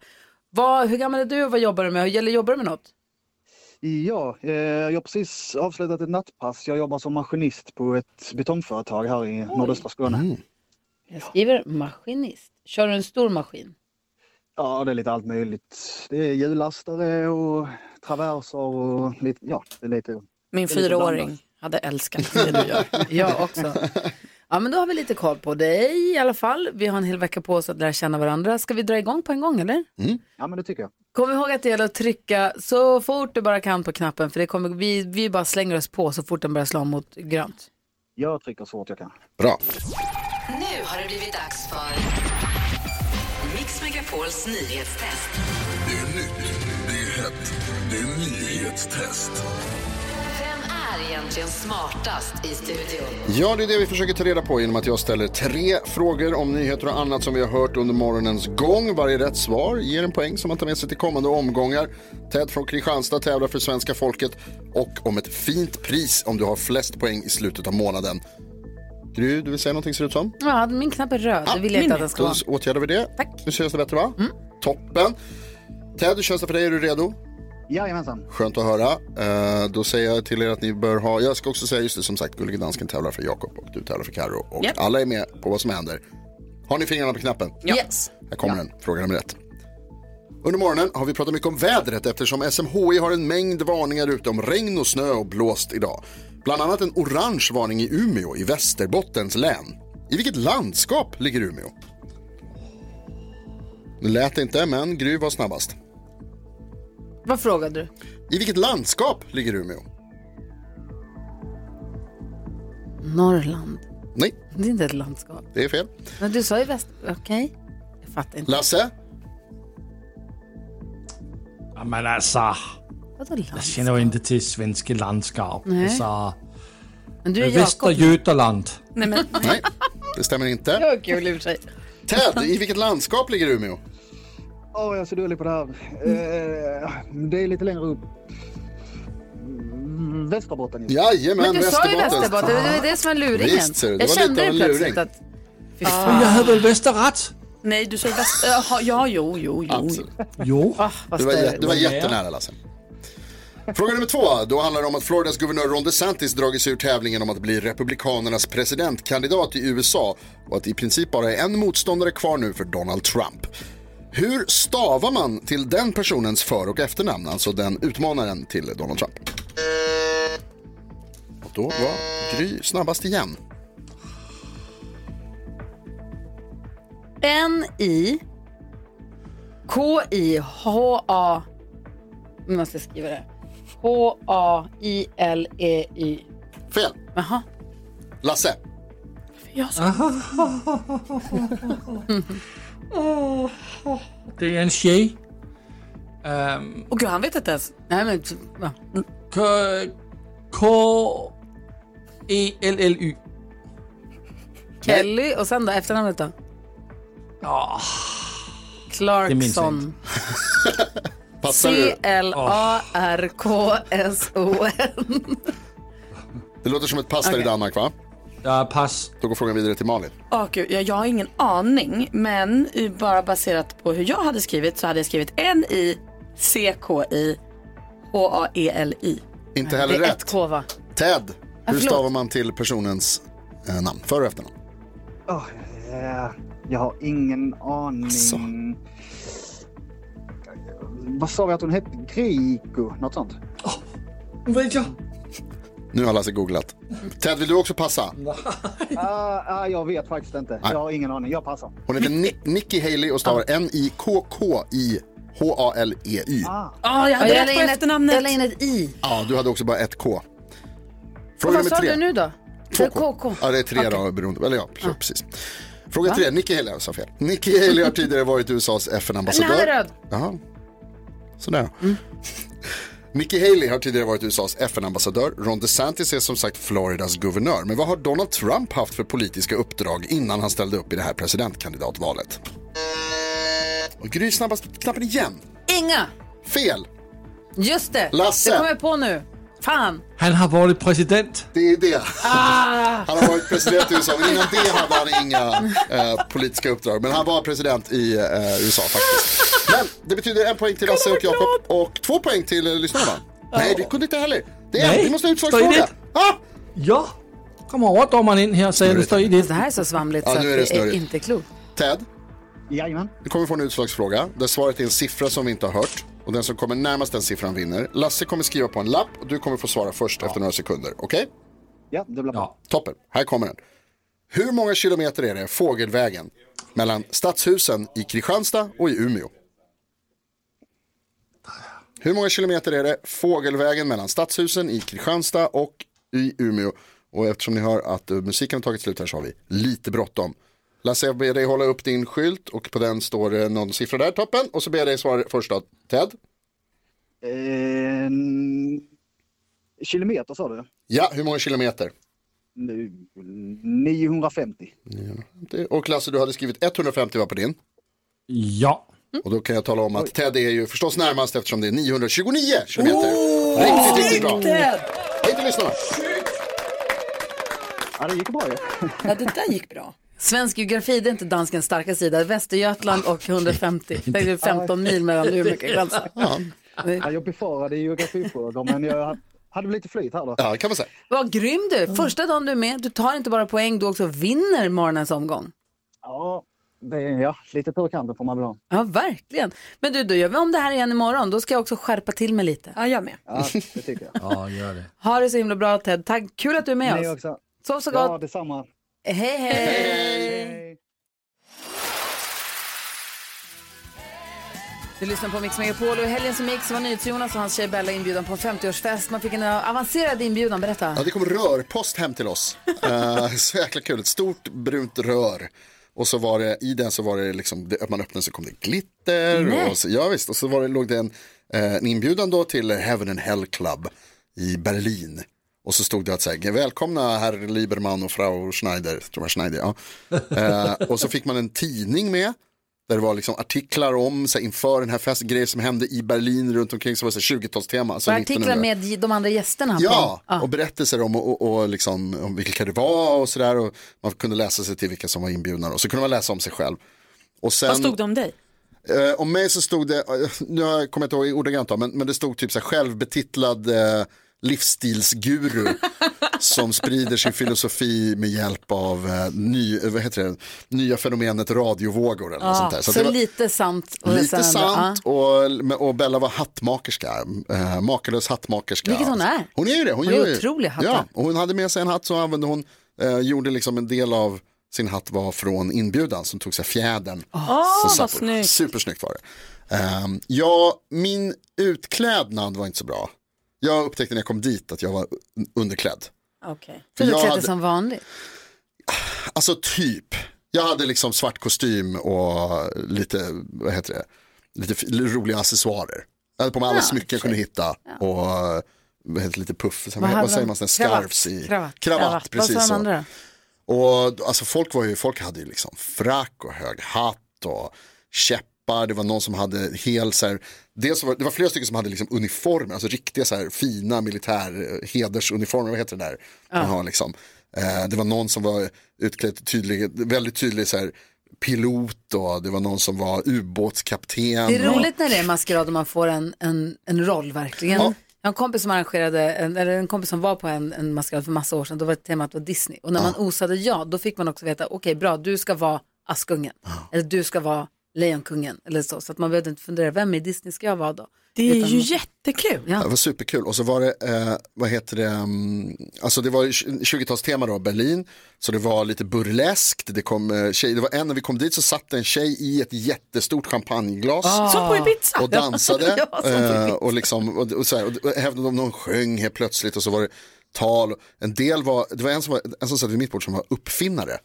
A: Vad, hur gammal är du och vad jobbar du med? Eller jobbar du med något?
M: Ja, eh, jag har precis avslutat ett nattpass. Jag jobbar som maskinist på ett betongföretag här i nordöstra Skåne.
A: Jag skriver maskinist. Kör du en stor maskin?
M: Ja, det är lite allt möjligt. Det är hjullastare och traverser och lite, ja, det är lite...
G: Min
M: det är lite
G: fyraåring
M: blandat.
G: hade älskat det du gör.
A: Jag också. Ja, men då har vi lite koll på dig i alla fall. Vi har en hel vecka på oss att lära känna varandra. Ska vi dra igång på en gång eller?
M: Ja, men det tycker jag.
A: Kom ihåg att det gäller att trycka så fort du bara kan på knappen för det kommer, vi, vi bara slänger oss på så fort den börjar slå mot grönt.
M: Jag trycker så hårt jag kan.
B: Bra.
K: Nu har det blivit dags för Mix Megapols nyhetstest.
N: Det är nytt, det är hett, det är nyhetstest.
K: Vem är egentligen smartast i studion?
B: Ja, det är det vi försöker ta reda på genom att jag ställer tre frågor om nyheter och annat som vi har hört under morgonens gång. Varje rätt svar ger en poäng som man tar med sig till kommande omgångar. Ted från Kristianstad tävlar för svenska folket och om ett fint pris om du har flest poäng i slutet av månaden. Gry, du vill säga någonting ser det ut som?
A: Ja, min knapp är röd, det vill
M: Ah,
A: jag inte att den ska
B: Då
A: vara.
B: åtgärdar vi det. Tack. Mm. Nu känns det bättre va? Toppen. Ted, hur känns det för dig? Är du redo?
M: Jajamensan.
B: Skönt att höra. Eh, då säger jag till er att ni bör ha, jag ska också säga just det som sagt, Gullige Dansken tävlar för Jakob och du tävlar för Karo och
A: Japp.
B: alla är med på vad som händer. Har ni fingrarna på knappen?
A: Yes.
B: Här kommer den, fråga nummer ett. Under morgonen har vi pratat mycket om vädret eftersom SMHI har en mängd varningar ute om regn och snö och blåst idag. Bland annat en orange varning i Umeå i Västerbottens län. I vilket landskap ligger Umeå? Det lät inte, men Gry var snabbast.
A: Vad frågade du?
B: I vilket landskap ligger Umeå?
A: Norrland.
B: Nej,
A: Det är inte ett landskap.
B: det är fel.
A: Men du sa ju väst... Okej. Jag fattar inte.
B: Lasse?
F: Ja, Men alltså,
A: Vadå
F: jag
A: land?
F: känner ju inte till svenska landskap.
A: Nej.
F: Alltså,
A: Men du är
F: Västra
A: Jakob.
F: Götaland.
A: Nej, men...
B: Nej, det stämmer inte.
A: Det var kul i och för sig.
B: Ted, i vilket landskap ligger Umeå?
M: Åh, jag är så dålig på det här. Eh, det är lite längre upp. Mm, Västerbotten. just.
B: Jajamän,
A: Men du sa ju Västerbotten, det var det som var luringen.
M: Visst, ser du, det
A: jag
M: var
A: kände
M: lite av
A: det
M: en
A: plötsligt
M: luring.
A: att... Fy
F: Men jag hade väl bästa rätt?
G: Nej, du sa väst... Jaha, ja, jo, jo, jo.
F: Jo.
G: vad
B: du var,
G: större.
B: jä- du var
G: Vad är jag?
B: jättenära Lasse. Fråga nummer två. Då handlar det om att Floridas guvernör Ron DeSantis dragit sig ur tävlingen om att bli Republikanernas presidentkandidat i USA och att det i princip bara är en motståndare kvar nu för Donald Trump. Hur stavar man till den personens för och efternamn, alltså den utmanaren till Donald Trump? Och då var Gry snabbast igen.
A: N-I K-I-H-A Nu måste jag skriva det. H-A-I-L-E-Y.
B: Fel.
A: E Jaha.
B: Lasse.
G: Jag
F: sa... Det är en tjej. Ehm,
G: Och gud, han vet inte ens.
A: Nej, men... Ja.
F: K- E, K-E-L-L-Y.
A: Kelly och sen då efternamnet då?
G: Ah.
F: Ja. Det minns jag
A: Clarkson.
F: inte.
B: Passar du?
A: C-L-A-R-K-S-O-N.
B: Det låter som ett pass där i
G: Okej.
B: Danmark va?
F: Ja, pass.
B: Då går frågan vidare till Malin.
G: Åh gud, jag, jag har ingen aning, men eh, bara baserat på hur jag hade skrivit så hade jag skrivit E N-I-C-K-I-H-A-E-L-I.
B: Inte heller
G: det är
B: rätt.
G: ett K,
A: va?
B: Ted, hur
G: förlåt.
B: stavar man till personens eh, namn? För och efternamn?
M: Åh, eh, jag har ingen aning. Vad sa vi att hon hette? Griko? Något sånt?
F: Vet jag?
B: Nu har Lasse googlat. Ted, vill du också passa?
M: Ah, jag vet faktiskt inte.
B: Nej.
M: Jag har ingen aning. Jag passar.
B: Hon heter Ni- Nikki Haley och stavar N-I-K-K-I-H-A-L-E-Y.
A: Ah.
G: Ja, jag hade
A: Jag
G: rätt
A: la in
G: på
A: ett-
G: efternamnet.
A: jag la in ett I.
B: Ja, du hade också bara ett K.
A: Och
B: Fråga
A: vad
B: nummer
A: sa du
B: tre.
A: nu då?
B: Två
A: K, K.
B: K. Ja, det är tre då, beroende. Eller ja, precis. Fråga tre. Nikki Haley, jag sa fel. Nikki Haley har tidigare varit USAs FN-ambassadör.
A: Nej, han är röd.
B: Jaha. Sådär. Nikki Haley har tidigare varit USAs FN-ambassadör. Ron DeSantis är som sagt Floridas guvernör. Men vad har Donald Trump haft för politiska uppdrag innan han ställde upp i det här presidentkandidatvalet? Och Gry snabbast på knappen igen.
A: Inga!
B: Fel.
A: Just det!
B: Lasse.
A: Det kommer jag på nu. Fan!
F: Han har varit president.
B: Det är det.
A: Ah!
B: Han har varit president i USA, men innan det hade han inga eh, politiska uppdrag. Men han var president i eh, USA faktiskt. Men det betyder en poäng till Lasse och Jakob och två poäng till eh, lyssnarna. Nej, det kunde inte heller. Det är,
F: Nej,
B: vi måste ha
F: står i
B: utslagsfråga. Ah!
F: Ja, kom ihåg domaren in här och säger det står i det.
A: Det här är så svamligt
B: Ja,
A: så att
B: nu är
A: det,
B: det
A: är
B: snurrigt.
A: inte klokt.
B: Ah! Ted,
M: Jajamän.
B: du kommer få en utslagsfråga där svaret är en siffra som vi inte har hört. Och den som kommer närmast den siffran vinner. Lasse kommer skriva på en lapp och du kommer få svara först efter några sekunder. Okej?
M: Ja, det blir bra.
B: Toppen, här kommer den. Hur många kilometer är det fågelvägen mellan stadshusen i Kristianstad och i Umeå? Hur många kilometer är det fågelvägen mellan stadshusen i Kristianstad och i Umeå? Och eftersom ni hör att eh, musiken har tagit slut här så har vi lite bråttom. Lasse, jag ber dig hålla upp din skylt och på den står det någon siffra där, toppen. Och så ber jag dig svara först då, Ted.
M: Eh, kilometer sa du?
B: Ja, hur många kilometer?
M: Nu, 950.
B: Och Lasse, du hade skrivit 150 var på din.
F: Ja.
B: Och då kan jag tala om att Ted är ju förstås närmast eftersom det är 929 kilometer. riktigt, riktigt bra. Hej till lyssnarna.
M: Ja, det gick bra ju.
A: Ja, det där gick bra. Svensk geografi, det är inte danskens starka sida. Västergötland
B: Ah,
A: och 150. Det är 15 mil mellan Umeå och Kristianstad.
M: Ja, jag befarade geografifrågor, men jag hade väl lite flyt här då.
B: Ja, det kan man säga.
A: Vad grym du Första dagen du är med, du tar inte bara poäng, du också vinner morgonens omgång.
M: Ja, det, ja lite tur i kanten får man väl ha.
A: Ja, verkligen. Men du, då gör vi om det här igen imorgon. Då ska jag också skärpa till mig lite. Ja, jag med.
M: Ja, det tycker jag.
F: Ja, gör det.
A: Ha det så himla bra Ted. Tack, kul att du är med
M: Ni
A: oss.
M: också.
A: Sov så
M: Ja,
A: gott.
M: detsamma.
A: Hej, hej. Du lyssnar på Mix Megapol och i helgen som gick så var NyhetsJonas och hans tjej Bella inbjudan på en 50-årsfest. Man fick en eh, avancerad inbjudan, berätta.
B: Ja, det kom rörpost hem till oss. Eh, så jäkla kul. Ett stort brunt rör. Och så var det i den så var det liksom, det- man öppnade så kom det glitter.
N: Nej.
B: Och så, ja, visst. Och så var det, låg det en, eh, en inbjudan då till Heaven and Hell Club i Berlin. Och så stod det att säga, välkomna herr Lieberman och Frau Schneider, tror jag Schneider, ja. Eh, och så fick man en tidning med. Där det var liksom artiklar om, så här, inför den här festen, grejer som hände i Berlin runt omkring, så var det så här alltså 20-talstema. så
A: Var artiklar
B: 1900.
A: med de andra gästerna? på-
B: Ja, och berättelser om, och, och liksom, om vilka det var och sådär. och Man kunde läsa sig till vilka som var inbjudna och så kunde man läsa om sig själv. Och sen,
G: Vad stod det om dig?
B: Eh, om mig så stod det, eh, nu har jag- kommer jag inte ihåg ordagrant då, men, men det stod typ så här självbetitlad eh, livsstilsguru som sprider sin filosofi med hjälp av eh, ny, eh, vad heter det, nya fenomenet radiovågor eller
A: Ja,
B: något sånt där.
A: så
B: Så det var-
A: lite sant. och sen
B: Lite
A: ändå-
B: sant och, och Bella var hattmakerska, eh, makalös hattmakerska.
A: Vilket hon är.
B: Hon är ju det.
A: Hon
B: Hon,
A: är
B: gör ju-
A: otrolig hattar.
B: Ja, och hon hade med sig en hatt som använde hon, eh, gjorde liksom en del av sin hatt var från inbjudan som tog sig fjädern.
G: Åh,
B: som
G: vad
B: satt på-
G: snyggt.
B: Supersnyggt var det. Ehm, ja, min utklädnad var inte så bra. Jag upptäckte när jag kom dit att jag var un- underklädd.
A: Okej.
B: För
A: Du
B: jag
A: klädde
B: hade-
A: som vanligt.
B: Alltså typ. Jag hade liksom svart kostym och lite, vad heter det, lite f- roliga accessoarer. Jag hade på mig alla
A: Ja,
B: smycken jag kunde hitta och vad heter det, lite puff, vad, vad
A: hade
B: säger
A: de?
B: man, sån här
A: Kravatt.
B: scarves i,
A: Kravatt. Kravatt.
B: precis.
A: Vad sa
B: och-
A: de andra då?
B: och alltså folk var ju, folk hade ju liksom frack och hög hatt och käppar, det var någon som hade hel så här, dels var, det var flera stycken som hade liksom uniformer, alltså riktiga så här fina militär eh, hedersuniformer, vad heter det där? Man har liksom. eh, det var någon som var utklädd tydlig, väldigt tydlig så här pilot och det var någon som var ubåtskapten.
A: Det är
B: och-
A: roligt när det är maskerad och man får en, en, en roll verkligen.
B: Ja.
A: Jag har en kompis som arrangerade, en, eller en kompis som var på en, en maskerad för massa år sedan, då var temat var Disney. Och när man osade ja, då fick man också veta, okej bra, du ska vara Askungen. Eller du ska vara Lejonkungen. Eller så, så att man behövde inte fundera, vem i Disney ska jag vara då?
G: Det är
A: Utan
G: ju
A: man-
G: jättekul.
B: Det var superkul. Och så var det, eh, vad heter det, mm, alltså det var ju tj- 20-talstema då, Berlin. Så det var lite burleskt, det kom eh, tjej, det var en när vi kom dit så satt en tjej i ett jättestort champagneglas.
G: Ah. Som på Ibiza.
B: Och dansade.
G: Ja, som på
B: eh,
G: Ibiza.
B: och liksom, och, och så här, och, och även om någon sjöng helt plötsligt och så var det tal. En del var, det var en som, var, en som satt vid mitt bord som var uppfinnare.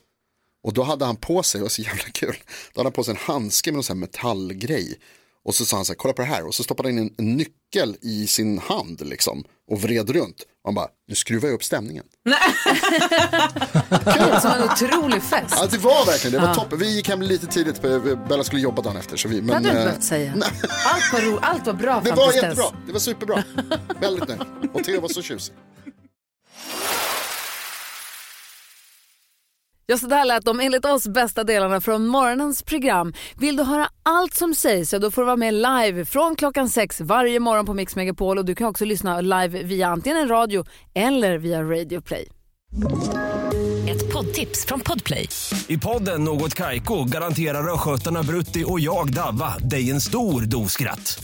B: Och då hade han på sig, det var så jävla kul, då hade han på sig en handske med någon sån här metallgrej. Och så sa han så här, kolla på det här, och så stoppade han in en nyckel i sin hand liksom. och vred runt. Man bara, nu skruvar jag upp stämningen.
A: Kul, som en otrolig fest.
B: Ja, det var verkligen, det var
A: Ja.
B: toppen. Vi gick hem lite tidigt, Bella skulle jobba dagen efter. Så vi,
A: det hade du inte
B: eh,
A: behövt säga. Allt var, ro, allt var bra
B: Det
A: fram
B: var
A: tills
B: jättebra,
A: dess.
B: det var superbra. Väldigt nöjd. Och Theo var så tjusig.
A: Ja, så där lät de enligt oss bästa delarna från morgonens program. Vill du höra allt som sägs så då får du vara med live från klockan sex varje morgon på Mix Megapol och du kan också lyssna live via antingen en radio eller via Radio Play.
K: Ett poddtips från Podplay.
L: I podden Något Kaiko garanterar östgötarna Brutti och jag, Davva, dig en stor dos skratt.